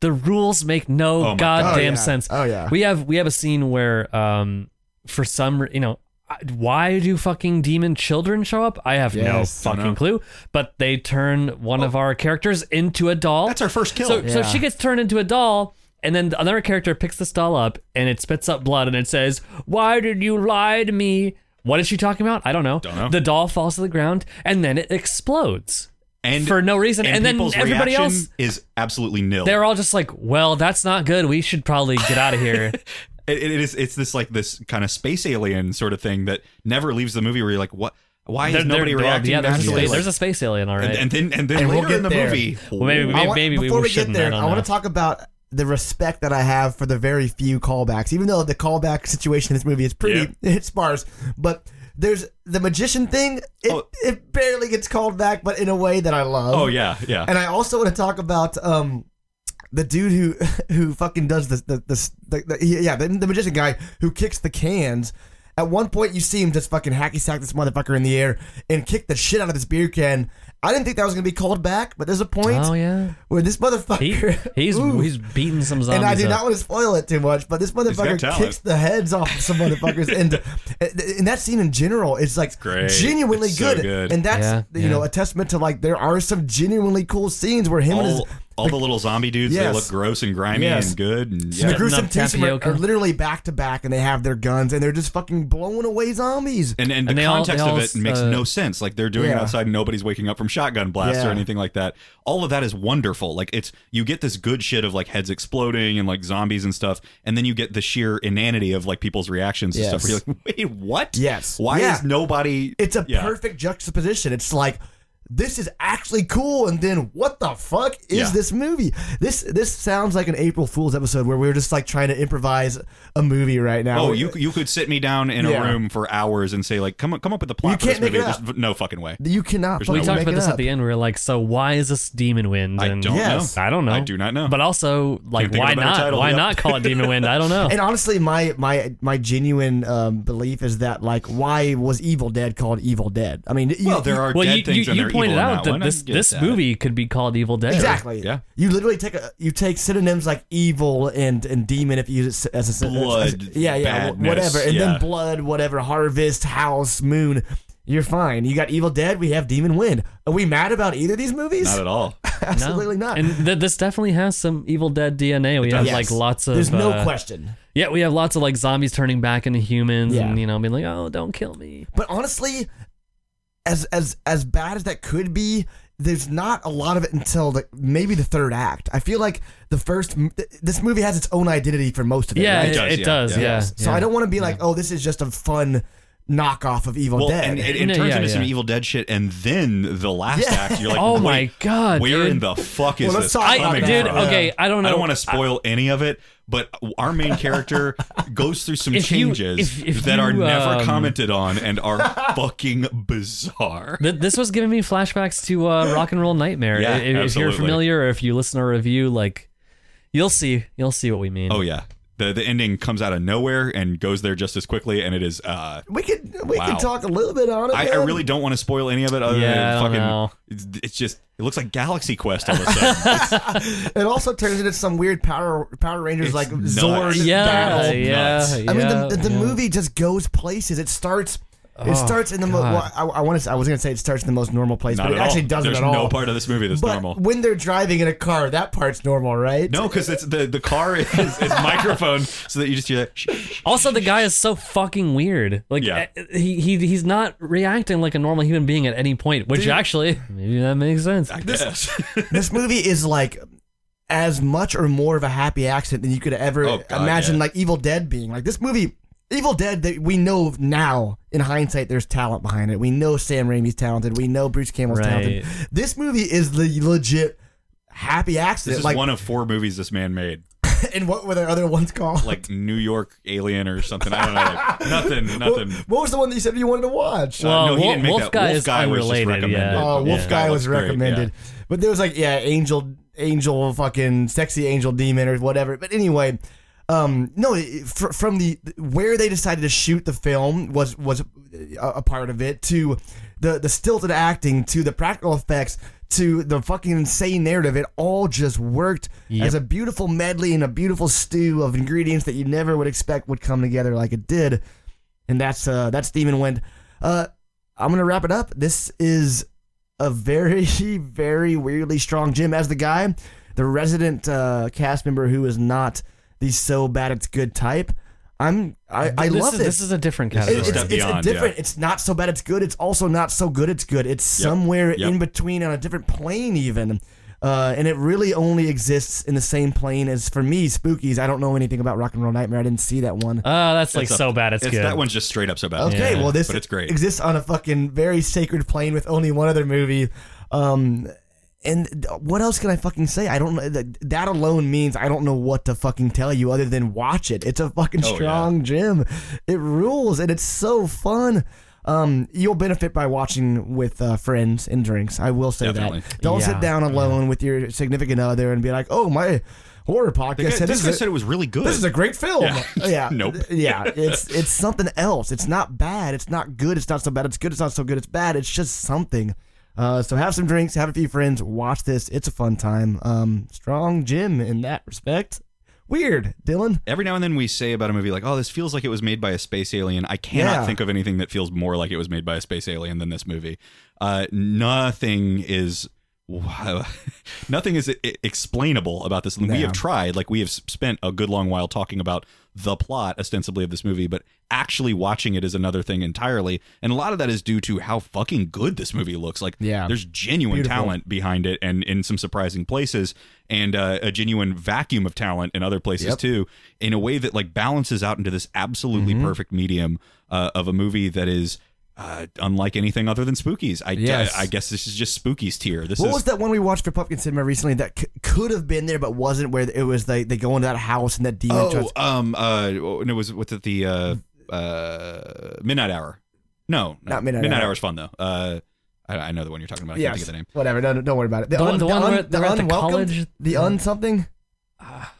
the rules make no
Oh my God.
goddamn
Oh, yeah.
sense.
Oh yeah.
We have we have a scene where um for some re- you know I- why do fucking demon children show up? I have
Yes.
no
Don't
fucking
know. Oh.
clue. But they turn one of our characters into a doll.
That's our first kill.
So, so
Yeah.
she gets turned into a doll, and then another character picks this doll up, and it spits up blood, and it says, "Why did you lie to me?" What is she talking about? I don't know.
Don't know.
The doll falls to the ground, and then it explodes
and
for no reason, and, then
people's
everybody
reaction
else.
is absolutely nil.
They're all just like, "Well, that's not good. We should probably get out of here."
It- it is it's this like this kind of space alien sort of thing that never leaves the movie where you're like, what? Why
They're-
is
they're
nobody
dead.
reacting?
Yeah, there's a,
naturally?
space,
Like-
there's a space alien, all right.
and, and then and then
And we'll
later
get
in the
there.
movie,
Well, maybe we-
I want-
maybe we
before we get
shouldn't, I
there,
don't
I want
know.
to talk about the respect that I have for the very few callbacks, even though the callback situation in this movie is pretty it's sparse. But there's the magician thing; it,
Oh.
it barely gets called back, but in a way that I love.
oh yeah, yeah.
And I also want to talk about um the dude who who fucking does this the the, the, the yeah the, the magician guy who kicks the cans. At one point, you see him just fucking hacky sack this motherfucker in the air and kick the shit out of this beer can. I didn't think that was gonna be called back, but there's a point
oh yeah,
where this
he,
motherfucker
he's
Ooh.
he's beating some zombies.
and I do
up.
not want to spoil it too much, but this motherfucker
talent.
kicks the heads off of some motherfuckers, and and that scene in general is like
great.
genuinely
It's so
good.
good.
and that's
Yeah,
you know
yeah.
a testament to like there are some genuinely cool scenes where him and his
all, all the little zombie dudes,
Yes.
they look gross and grimy
Yes.
and good. And
the
yeah.
gruesome
up
twosome are,
tapioca.
are literally back to back, and they have their guns, and they're just fucking blowing away zombies.
And,
And
and, the
they all-
context
they all,
of it makes
uh,
no sense. Like they're doing it
Yeah.
outside and nobody's waking up from shotgun blasts
Yeah.
or anything like that. All of that is wonderful. Like it's you get this good shit of like heads exploding and like zombies and stuff, and then you get the sheer inanity of like people's reactions to stuff. Where
Yes.
you're like, wait, what?
Yes.
Why
Yeah.
is nobody?
It's a
Yeah.
perfect juxtaposition. It's like this is actually cool, and then what the fuck is
Yeah.
this movie? This this sounds like an April Fool's episode where we were just like trying to improvise a movie right now.
Oh, you you could sit me down in
Yeah.
a room for hours and say like, come up- come up with the plot
You
for this
can't make
movie.
it up.
There's no fucking way.
you cannot.
There's
we
fucking
no way.
talked
make
about
it
this
up.
at the end. We were like, so why is this Demon Wind?
I
And
don't
Yes.
know.
I don't know.
I do not know.
But also, like,
think of
why
a better
not?
title,
why
yeah.
not call it Demon Wind? I don't know.
And honestly, my my my genuine um, belief is that like, why was Evil Dead called Evil Dead? I mean, you,
well, there are
well,
dead
you,
things
you,
and
you
they're
pointed
evil in
out
that
that,
one. I
this
get
this
that.
movie could be called Evil Dead.
exactly.
Yeah.
You literally take a you take synonyms like evil and and demon if you use it as a syn-
Blood,
as- as- yeah, yeah, wh-
badness,
whatever, and
yeah.
then blood, whatever, harvest, house, moon. You're fine. You got Evil Dead. We have Demon Wind. Are we mad about either of these movies?
Not at all.
No.
Absolutely not.
And th- this definitely has some Evil Dead DNA. We have
Yes.
like lots of.
There's no
uh,
question.
Yeah, we have lots of like zombies turning back into humans,
Yeah.
and you know, being like, "Oh, don't kill me."
But honestly, as as as bad as that could be, there's not a lot of it until the, maybe the third act. I feel like the first m- th- this movie has its own identity for most of it.
Yeah,
right?
it,
does,
it
yeah,
does.
yeah.
Yeah.
So I don't want to be like, oh, this is just a fun knockoff of Evil
Well,
Dead.
and it, it
No,
turns
yeah,
into some
yeah.
Evil Dead shit, and then the last
Yeah.
act, you're like,
Oh my
wait,
God,
where
dude.
in the fuck is
Well, let's
this
talk about
I,
coming
that.
dude,
from?
Yeah.
okay, I don't know.
I don't want to spoil any of it, but our main character goes through some
If you-
changes
if- if
that are
you,
never
um,
commented on and are fucking bizarre.
Th- this was giving me flashbacks to uh, Rock and Roll Nightmare.
Yeah,
I- if, if you're
absolutely.
familiar or if you listen or review, like you'll see, you'll see what we mean.
Oh yeah, the the ending comes out of nowhere and goes there just as quickly, and it is. uh
we could we
Wow.
can talk a little bit on it.
I, I
man.
really don't want to spoil any of it. Other
Yeah, I
than
don't
fucking,
know.
It's, it's just it looks like Galaxy Quest all of a sudden.
It also turns into some weird Power Power Rangers
It's
like
nuts.
Zord
yeah,
battle.
yeah,
nuts.
yeah.
I mean, the, the
yeah. Oh,
movie just goes places. It starts. It starts in the. Mo- well,
God.
I, I want to. I was gonna say it starts in the most normal place,
Not
but it
at all.
actually doesn't
There's
at all.
no part of this movie that's
but
normal.
when they're driving in a car, that part's normal, right?
No, because it's the the car is, is microphone, so that you just hear that. shh, shh, shh.
Also, the guy is so fucking weird. Like,
Yeah.
eh, he, he he's not reacting like a normal human being at any point, which actually maybe that makes sense.
I guess.
this movie is like as much or more of a happy accident than you could ever
Oh, God,
imagine.
yeah.
Like Evil Dead being like this movie. Evil Dead that we know now in hindsight, there's talent behind it. We know Sam Raimi's talented. We know Bruce Campbell's talented. This movie is the legit happy accident.
This is
like,
one of four movies this man made,
and what were their other ones called?
like New York Alien or something. I don't know, like, nothing,
what,
nothing.
what was the one that you said you wanted to watch?
Well,
Uh, no, he
Wolf-
didn't make that.
Wolfguy is
Wolfguy was just
unrelated, yeah.
recommended.
Oh,
Uh,
but
Wolf
Wolfguy
Guy was
looks great, yeah.
recommended. But there was like, yeah, angel, angel, fucking sexy angel demon or whatever. But anyway, um, no, it- fr- from the where they decided to shoot the film was was a, a part of it to the the stilted acting to the practical effects to the fucking insane narrative, it all just worked
Yep.
as a beautiful medley and a beautiful stew of ingredients that you never would expect would come together like it did. And that's uh that's Demon Wind. Uh I'm gonna wrap it up. This is a very, very weirdly strong Jim as the guy, the resident uh, cast member who is not the so bad it's good type. I'm I, I
this
love
is,
this.
this is a different
This is
category.
a
It's,
step
it's- it's
beyond,
a different. It's not so bad. It's good. It's also not so good. It's good. It's
Yep.
somewhere
Yep.
in between on a different plane, even. Uh, and it really only exists in the same plane as for me, Spookies. I don't know anything about Rock and Roll Nightmare. I didn't see that one.
Oh, that's like
It's up-
so bad it's, good.
That one's just straight up so bad.
Okay, well this
but it's great.
exists on a fucking very sacred plane with only one other movie. Um and th- what else can I fucking say? I don't know. That that alone means I don't know what to fucking tell you other than watch it. It's a fucking
Oh, yeah.
strong gym. It rules and it's so fun. Um, you'll benefit by watching with uh, friends and drinks. I will say
Definitely.
that. Don't
Yeah,
sit down alone with your significant other and be like, "Oh, my horror
The guy-
podcast." said
this
is
guy
a-
said it was really good.
this is a great film. Oh, Yeah.
Nope.
Yeah. It's it's something else. It's not bad. It's not good. It's not so bad. It's good. It's not so good. It's bad. It's just something. Uh, so have some drinks. Have a few friends. Watch this. It's a fun time. Um, strong Jim in that respect. Weird, Dylan.
Every now and then we say about a movie like, "Oh, this feels like it was made by a space alien." I cannot
Yeah.
think of anything that feels more like it was made by a space alien than this movie. Uh, nothing is wow, nothing is i- explainable about this. We
Yeah.
have tried, like we have s- spent a good long while talking about the plot ostensibly of this movie, but actually watching it is another thing entirely. And a lot of that is due to how fucking good this movie looks. Like,
Yeah.
there's genuine
Beautiful.
talent behind it, and in some surprising places, and uh, a genuine vacuum of talent in other places
Yep.
too. In a way that like balances out into this absolutely
Mm-hmm.
perfect medium uh, of a movie that is. Uh, unlike anything other than Spookies, I,
Yes.
I guess this is just Spookies tier. This is.
What was that one we watched for Pumpkin Cinema recently that c- could have been there but wasn't? Where it was they they go into that house and that demon.
Oh,
tries-
um, uh, and it was with the uh, uh, Midnight Hour. No, no.
Not Midnight Hour.
Hour's fun though. Uh, I, I know the one you're talking about. I
Yes.
can't think of the name.
Whatever. No, no, don't worry about it.
The one- the one where they're at the
unwelcomed?
college-
The un something.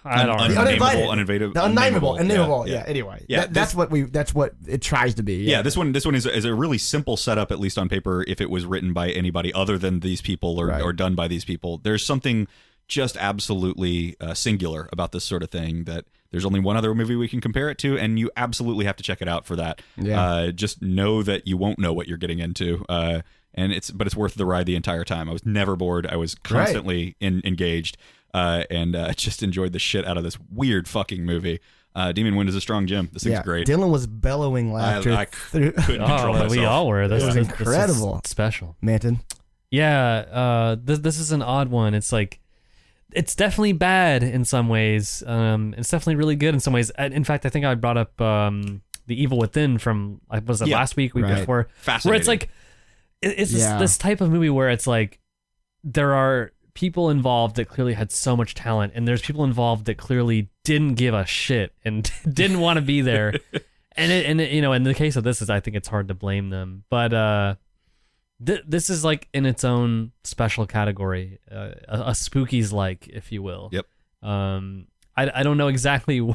I don't
Un-
know.
uninvited.
uninvited,
The unnameable. Unnameable. Yeah.
yeah.
Anyway.
Yeah,
That- that's what we. That's what it tries to be.
Yeah, this one, this one is is a really simple setup, at least on paper. If it was written by anybody other than these people, or
Right.
or done by these people, there's something just absolutely uh, singular about this sort of thing. That there's only one other movie we can compare it to, and you absolutely have to check it out for that.
Yeah.
Uh, just know that you won't know what you're getting into. Uh, and it's but it's worth the ride the entire time. I was never bored. I was constantly in, engaged, uh, and uh, just enjoyed the shit out of this weird fucking movie. Uh, Demon Wind is a strong gym. This thing's
yeah.
great.
Dylan was bellowing laughter
I
through
Couldn't control
Oh,
myself.
we all were. This
It was
this- this
incredible.
special.
Manton.
Yeah, uh, this this is an odd one. It's like it's definitely bad in some ways. Um, it's definitely really good in some ways. And In fact, I think I brought up um, the Evil Within from like was it
Yeah,
last week, week
right.
before, where
Fascinating.
it's like it- it's this,
Yeah.
this type of movie where it's like there are people involved that clearly had so much talent, and there's people involved that clearly didn't give a shit and didn't want to be there. And it, and it, you know, in the case of this is, I think it's hard to blame them, but uh, th- this is like in its own special category, uh, a, a spookies like, if you will.
Yep.
Um, I, I don't know exactly, wh-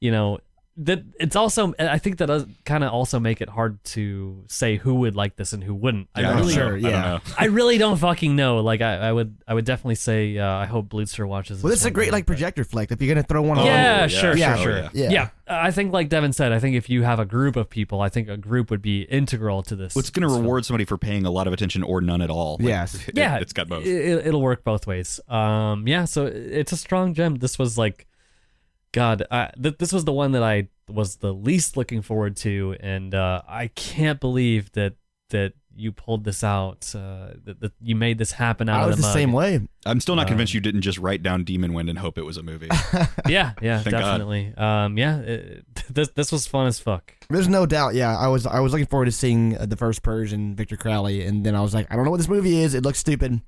you know, that it's also I think that does kind of also make it hard to say who would like this and who wouldn't.
Yeah,
I
I'm
really,
sure.
Sure,
I don't
yeah.
know.
I really don't fucking know. Like I, I would I would definitely say uh, I hope Bleedster watches.
Well, this is a
one
great
day,
like
but-
projector flick. If you're gonna throw one
Oh,
on,
yeah,
yeah,
sure,
yeah.
sure, sure.
Oh,
yeah.
I think like Devin said, I think if you have a group of people, I think a group would be integral to this.
Well, it's going to reward somebody for paying a lot of attention or none at all. Like,
Yes.
it-
yeah,
it's got both.
It, it'll work both ways. Um, yeah, so it's a strong gem. This was like, God, I, th- this was the one that I was the least looking forward to, and uh, I can't believe that that you pulled this out, uh, that, that you made this happen out
I
of
Oh, was
the
the
mug.
same way.
I'm still not
Um,
convinced you didn't just write down Demon Wind and hope it was a movie.
Yeah, yeah,
Thank God.
definitely. Um, yeah, it, this this was fun as fuck.
There's no doubt. Yeah, I was I was looking forward to seeing uh, the first Purge and Victor Crowley, and then I was like, I don't know what this movie is. It looks stupid.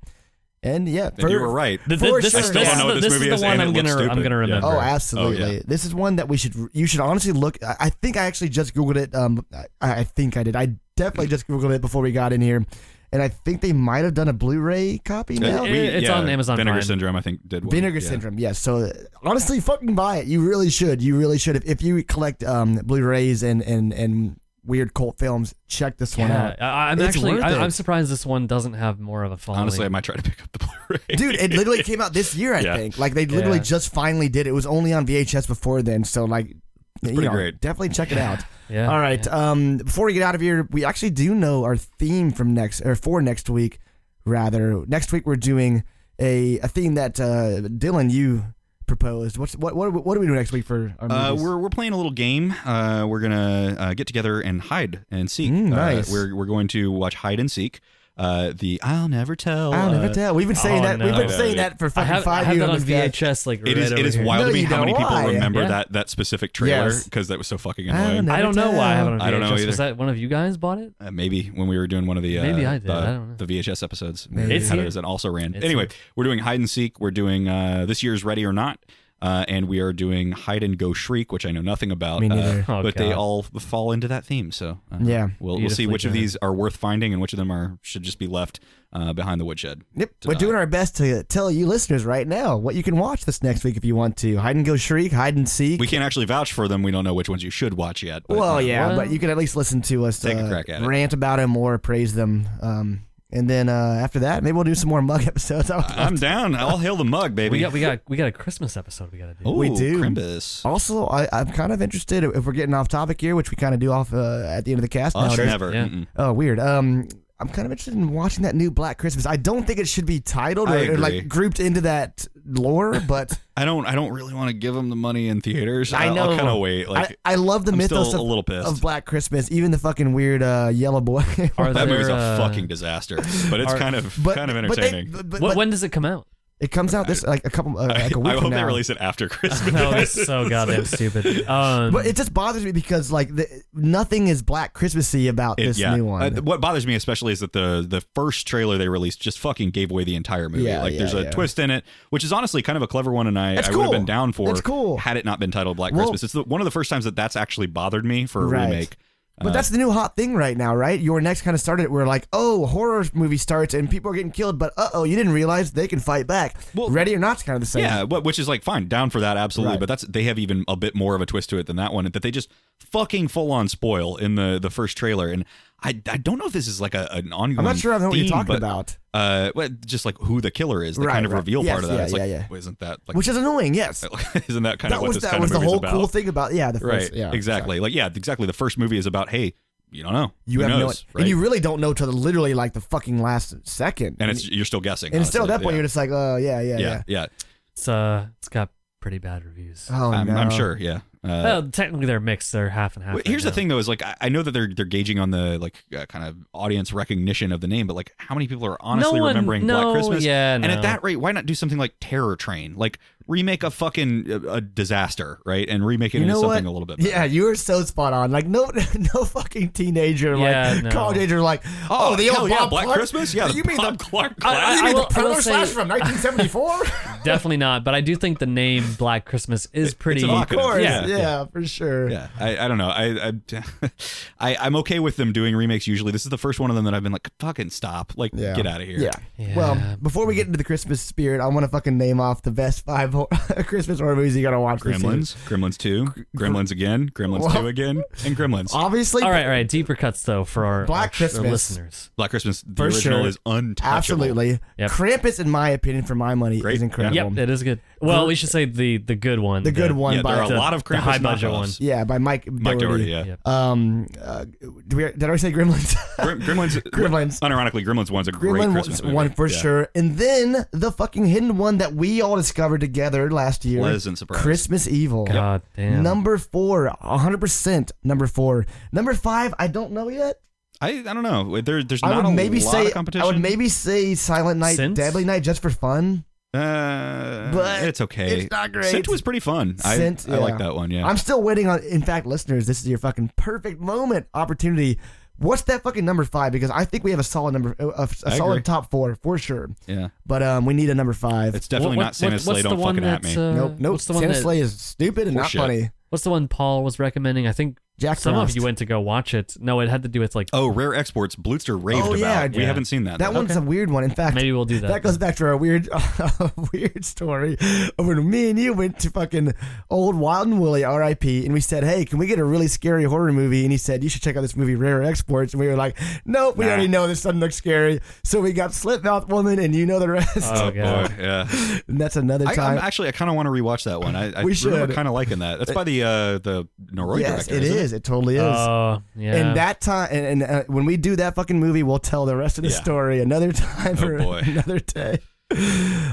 And yeah,
and you were right.
Th-
For
th- this,
sure. I
is-
still
this is
don't
know
the-
what this movie
is
is,
the one
and
I'm
it
gonna
looks
I'm
stupid.
gonna
Yeah.
remember.
Oh, absolutely.
Oh, yeah.
This is one that we should. You should honestly look. I I think I actually just googled it. Um, I, I think I did. I
Mm.
definitely just googled it before we got in here, and I think they might have done a Blu-ray copy
Uh,
now.
It- it's on Amazon
Vinegar
Prime.
Syndrome, I think, did one.
Vinegar
Yeah.
Syndrome. Yes. So uh, honestly, fucking buy it. You really should. You really should. If, if you collect um Blu-rays and and and weird cult films, check this one out.
I, I'm
It's
actually
worth
I,
it.
I'm surprised this one doesn't have more of a following.
Honestly, I might try to pick up the Blu-ray.
Dude, it literally came out this year, I
Yeah.
think. Like they literally
Yeah.
just finally did it. It was only on VHS before then, so like you
pretty
know,
great.
Definitely check it out.
yeah.
All right. Um, before we get out of here, we actually do know our theme from next or for next week, rather. Next week we're doing a, a theme that uh, Dylan you proposed. What's what what what do we do next week for our
Uh,
movies?
we're we're playing a little game. Uh, we're gonna uh, get together and hide and seek.
Mm,
Uh,
nice.
we're we're going to watch Hide and Seek. Uh, the I'll never tell.
I don't
uh,
never tell. We've been
oh,
saying that. We've
no.
been
Yeah,
saying
yeah.
that for
I
fucking
have, I
five
have
years.
that on
this guy.
VHS. Like
It
right
is it
over
is
here.
wild
No,
to me
you
how many
know
people
why.
remember
Yeah.
that that specific trailer
Yes.
because that was so fucking
I
annoying.
don't
I don't know why I have it on VHS.
I don't know
Was
either.
that one of you guys bought it?
Uh, maybe when we were doing one of the uh,
Maybe I did.
the,
I don't know.
the VHS episodes.
Maybe.
It's
Had
here.
it as an also ran.
It's
anyway,
here.
we're doing hide and seek. We're doing uh, this year's Ready or Not, uh, and we are doing Hide and Go Shriek, which I know nothing about.
Me
uh,
neither.
Oh,
but they
God.
all fall into that theme. So uh,
Yeah.
we'll, we'll
Beautifully
see which of
done.
these are worth finding and which of them are should just be left uh, behind the woodshed.
Yep.
to
We're
die.
doing our best to tell you listeners right now what you can watch this next week if you want to. Hide and go shriek, hide and seek.
We can't actually vouch for them. We don't know which ones you should watch yet. but,
well,
uh,
yeah,
Well-
but you can at least listen to us
Take a
uh,
crack at it.
rant about them or praise them. Um, and then uh, after that, maybe we'll do some more mug episodes. I would love
I'm down. I'll hail the mug, baby.
We got we got we got a Christmas episode. We got to do.
Ooh,
we do.
Crimbus.
Also, I, I'm kind of interested if we're getting off topic here, which we kind of do off uh, at the end of the cast.
Us
nowadays.
never.
Yeah.
Mm-mm.
Oh, weird. Um, I'm kind of interested in watching that new Black Christmas. I don't think it should be titled or,
I
or,
agree.
like grouped into that lore, but
I don't. I don't really want to give them the money in theaters.
I
I'll- I'll
know.
kind of wait. Like
I, I love the
I'm
mythos
still
of,
a little pissed.
of Black Christmas. Even the fucking weird uh, yellow boy.
Are
that
there,
movie's a
uh,
fucking disaster, but it's
are-
kind of
but
kind of
but they-
entertaining.
but- but-
What,
but
when does it come out?
it comes out this like a couple uh,
I,
like a week
I
from
hope they
now.
release it after Christmas.
No, Oh, it's so goddamn stupid. Um,
But it just bothers me because like the, nothing is Black Christmassy about
It-
this
yeah.
new one.
Uh, what bothers me especially is that the the first trailer they released just fucking gave away the entire movie.
Yeah,
like
yeah,
there's a
yeah.
twist in it, which is honestly kind of a clever one, and I,
It's
I would have
cool.
been down for.
It's cool.
had it not been titled Black
Well-
Christmas. It's the, one of the first times that that's actually bothered me for a
Right.
remake.
but that's the new hot thing right now, right? Your next kind of started it where like, oh, horror movie starts and people are getting killed, but uh oh, you didn't realize they can fight back.
Well-
Ready or not's kind of the same.
Yeah, wh- which is like fine, down for that, absolutely.
Right.
But that's they have even a bit more of a twist to it than that one that they just fucking full on spoil in the the first trailer. And I I don't know if this is like a, an ongoing.
I'm not sure I know what you're
theme,
talking
but,
about,
Uh, well, just like who the killer is, the
Right,
kind of
right.
reveal
Yes,
part of that.
yeah,
it's like,
yeah, yeah.
well, isn't that like,
which is annoying. Yes,
isn't that kind
that
of what
was
this
that
kind
was
of
the
movie's
whole
about?
cool thing about yeah the
right?
first, yeah
exactly. Like yeah, exactly. The first movie is about hey, you don't know.
You
Who
have no,
knows, right?
and you really don't know till literally like the fucking last second.
And it's you're still guessing.
and still at that
honestly.
point you're just like, oh yeah, yeah, yeah.
yeah, yeah. yeah.
it's uh, it's got pretty bad reviews.
Oh
I'm,
no,
I'm sure. Yeah. Uh,
well, technically they're mixed. They're half and half.
Well,
right
here's the
now.
thing though is like I, I know that they're they're gauging on the like uh, kind of audience recognition of the name, but like how many people are honestly
no one,
remembering
no,
Black Christmas?
Yeah,
And
no.
at that rate, why not do something like Terror Train? Like remake a fucking uh, a disaster, right? And remake it
You
into
know
something
what?
a little bit. Better.
Yeah, you were so spot on. Like no, no fucking teenager,
Yeah,
like
no.
college ager, like oh, the
hell
old
yeah,
Bob
Black
Clark?
Christmas. Yeah,
you
the
mean
Bob
the
Clark
I-
classic.
you
will-
mean the
I will
Predator
say-
Slash from 1974?
Definitely not. But I do think the name Black Christmas is pretty.
of
evocative.
course, yeah,
Yeah.
for sure.
Yeah, I, I don't know. I, I, I I'm okay with them doing remakes. Usually, this is the first one of them that I've been like, fucking stop, like
Yeah.
get out of here.
Yeah.
Yeah.
Well, before we get into the Christmas spirit, I want to fucking name off the best five hor- Christmas horror movies you gotta watch. this year.
Gremlins, Gremlins two, Gremlins again, Gremlins
Well-
two again, and Gremlins.
Obviously,
all right, all right. Deeper cuts though for our
Black
our- our
Christmas.
listeners.
Black Christmas, the
For
original
sure.
is untouchable.
absolutely.
Yep.
Krampus, in my opinion, for my money,
Great.
is
Yeah.
incredible.
Yep, it is good. Well, we should say the the good one.
The good one
Yeah,
by
there are
the-
a lot of
the
Krampus
high budget
knockoffs.
yeah by Mike
Mike
Doherty.
Doherty, yeah.
Yep.
Um, uh, do we, did I already say Gremlins?
Grim- Gremlins,
Gremlins.
Unironically, Gremlins one's a great
Gremlin
Christmas
was
movie.
one for
Yeah.
sure, and then the fucking hidden one that we all discovered together last year.
Pleasant surprise.
Christmas Evil.
God damn.
Number four, 100% number four. Number five, I don't know yet.
I, I don't know. There, there's
I
not
would
a
maybe
lot
say
of competition.
I would maybe say Silent Night,
Sins?
Deadly Night just for fun.
uh,
But
it's okay.
it's not great.
Scent was pretty fun. I,
Scent,
I like
yeah.
that one. Yeah.
I'm still waiting on. In fact, listeners, this is your fucking perfect moment opportunity. What's that fucking number five? Because I think we have a solid number, uh, a, a
I
solid
agree.
top four for sure.
yeah.
But um, we need a number five.
It's definitely
What-
not
what-
Santa
what-
Slay.
what's
Don't
the one
fucking at
that's,
me.
uh,
nope, nope.
What's the one
Santa
that-
Slay is stupid and not
Horseshit.
funny.
What's the one Paul was recommending? I think
Jack
Some
Frost.
of you went to go watch it. No, it had to do with like
Oh, rare exports. Blutster raved
Oh,
about.
yeah,
we
yeah.
haven't seen that.
that
though.
one's a weird one. In fact,
maybe we'll do that.
that goes back to our weird, uh, weird story of when me and you went to fucking old Wild and Woolly, R.I.P., and we said, "Hey, can we get a really scary horror movie?" And he said, "You should check out this movie, Rare Exports." And we were like, "Nope, we
Nah.
already know this doesn't look scary." So we got Slipknot Woman, and you know the rest.
Oh, God.
Boy, yeah.
and that's another
I, I'm
time.
actually, I kind of want to rewatch that one. I, I
We
remember
should.
kind of liking that. That's by the uh, the Noroi
yes,
director.
it
isn't
is. It totally is.
Oh, yeah.
And that time, and, and uh, when we do that fucking movie, we'll tell the rest of the
Yeah.
story another time
Oh,
or
boy.
another day.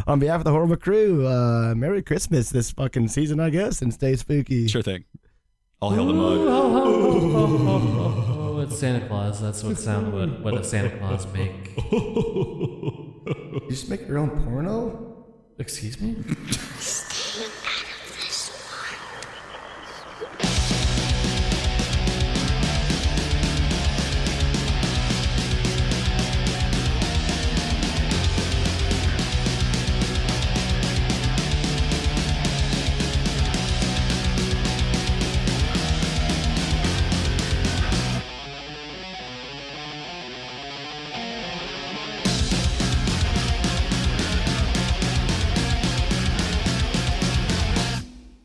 On behalf of the horrible crew, uh, Merry Christmas this fucking season, I guess, and stay spooky.
Sure thing. All hail the mug.
Oh, it's Santa Claus. That's what sound would what a Santa Claus make.
You just make your own porno?
Excuse me?
Statement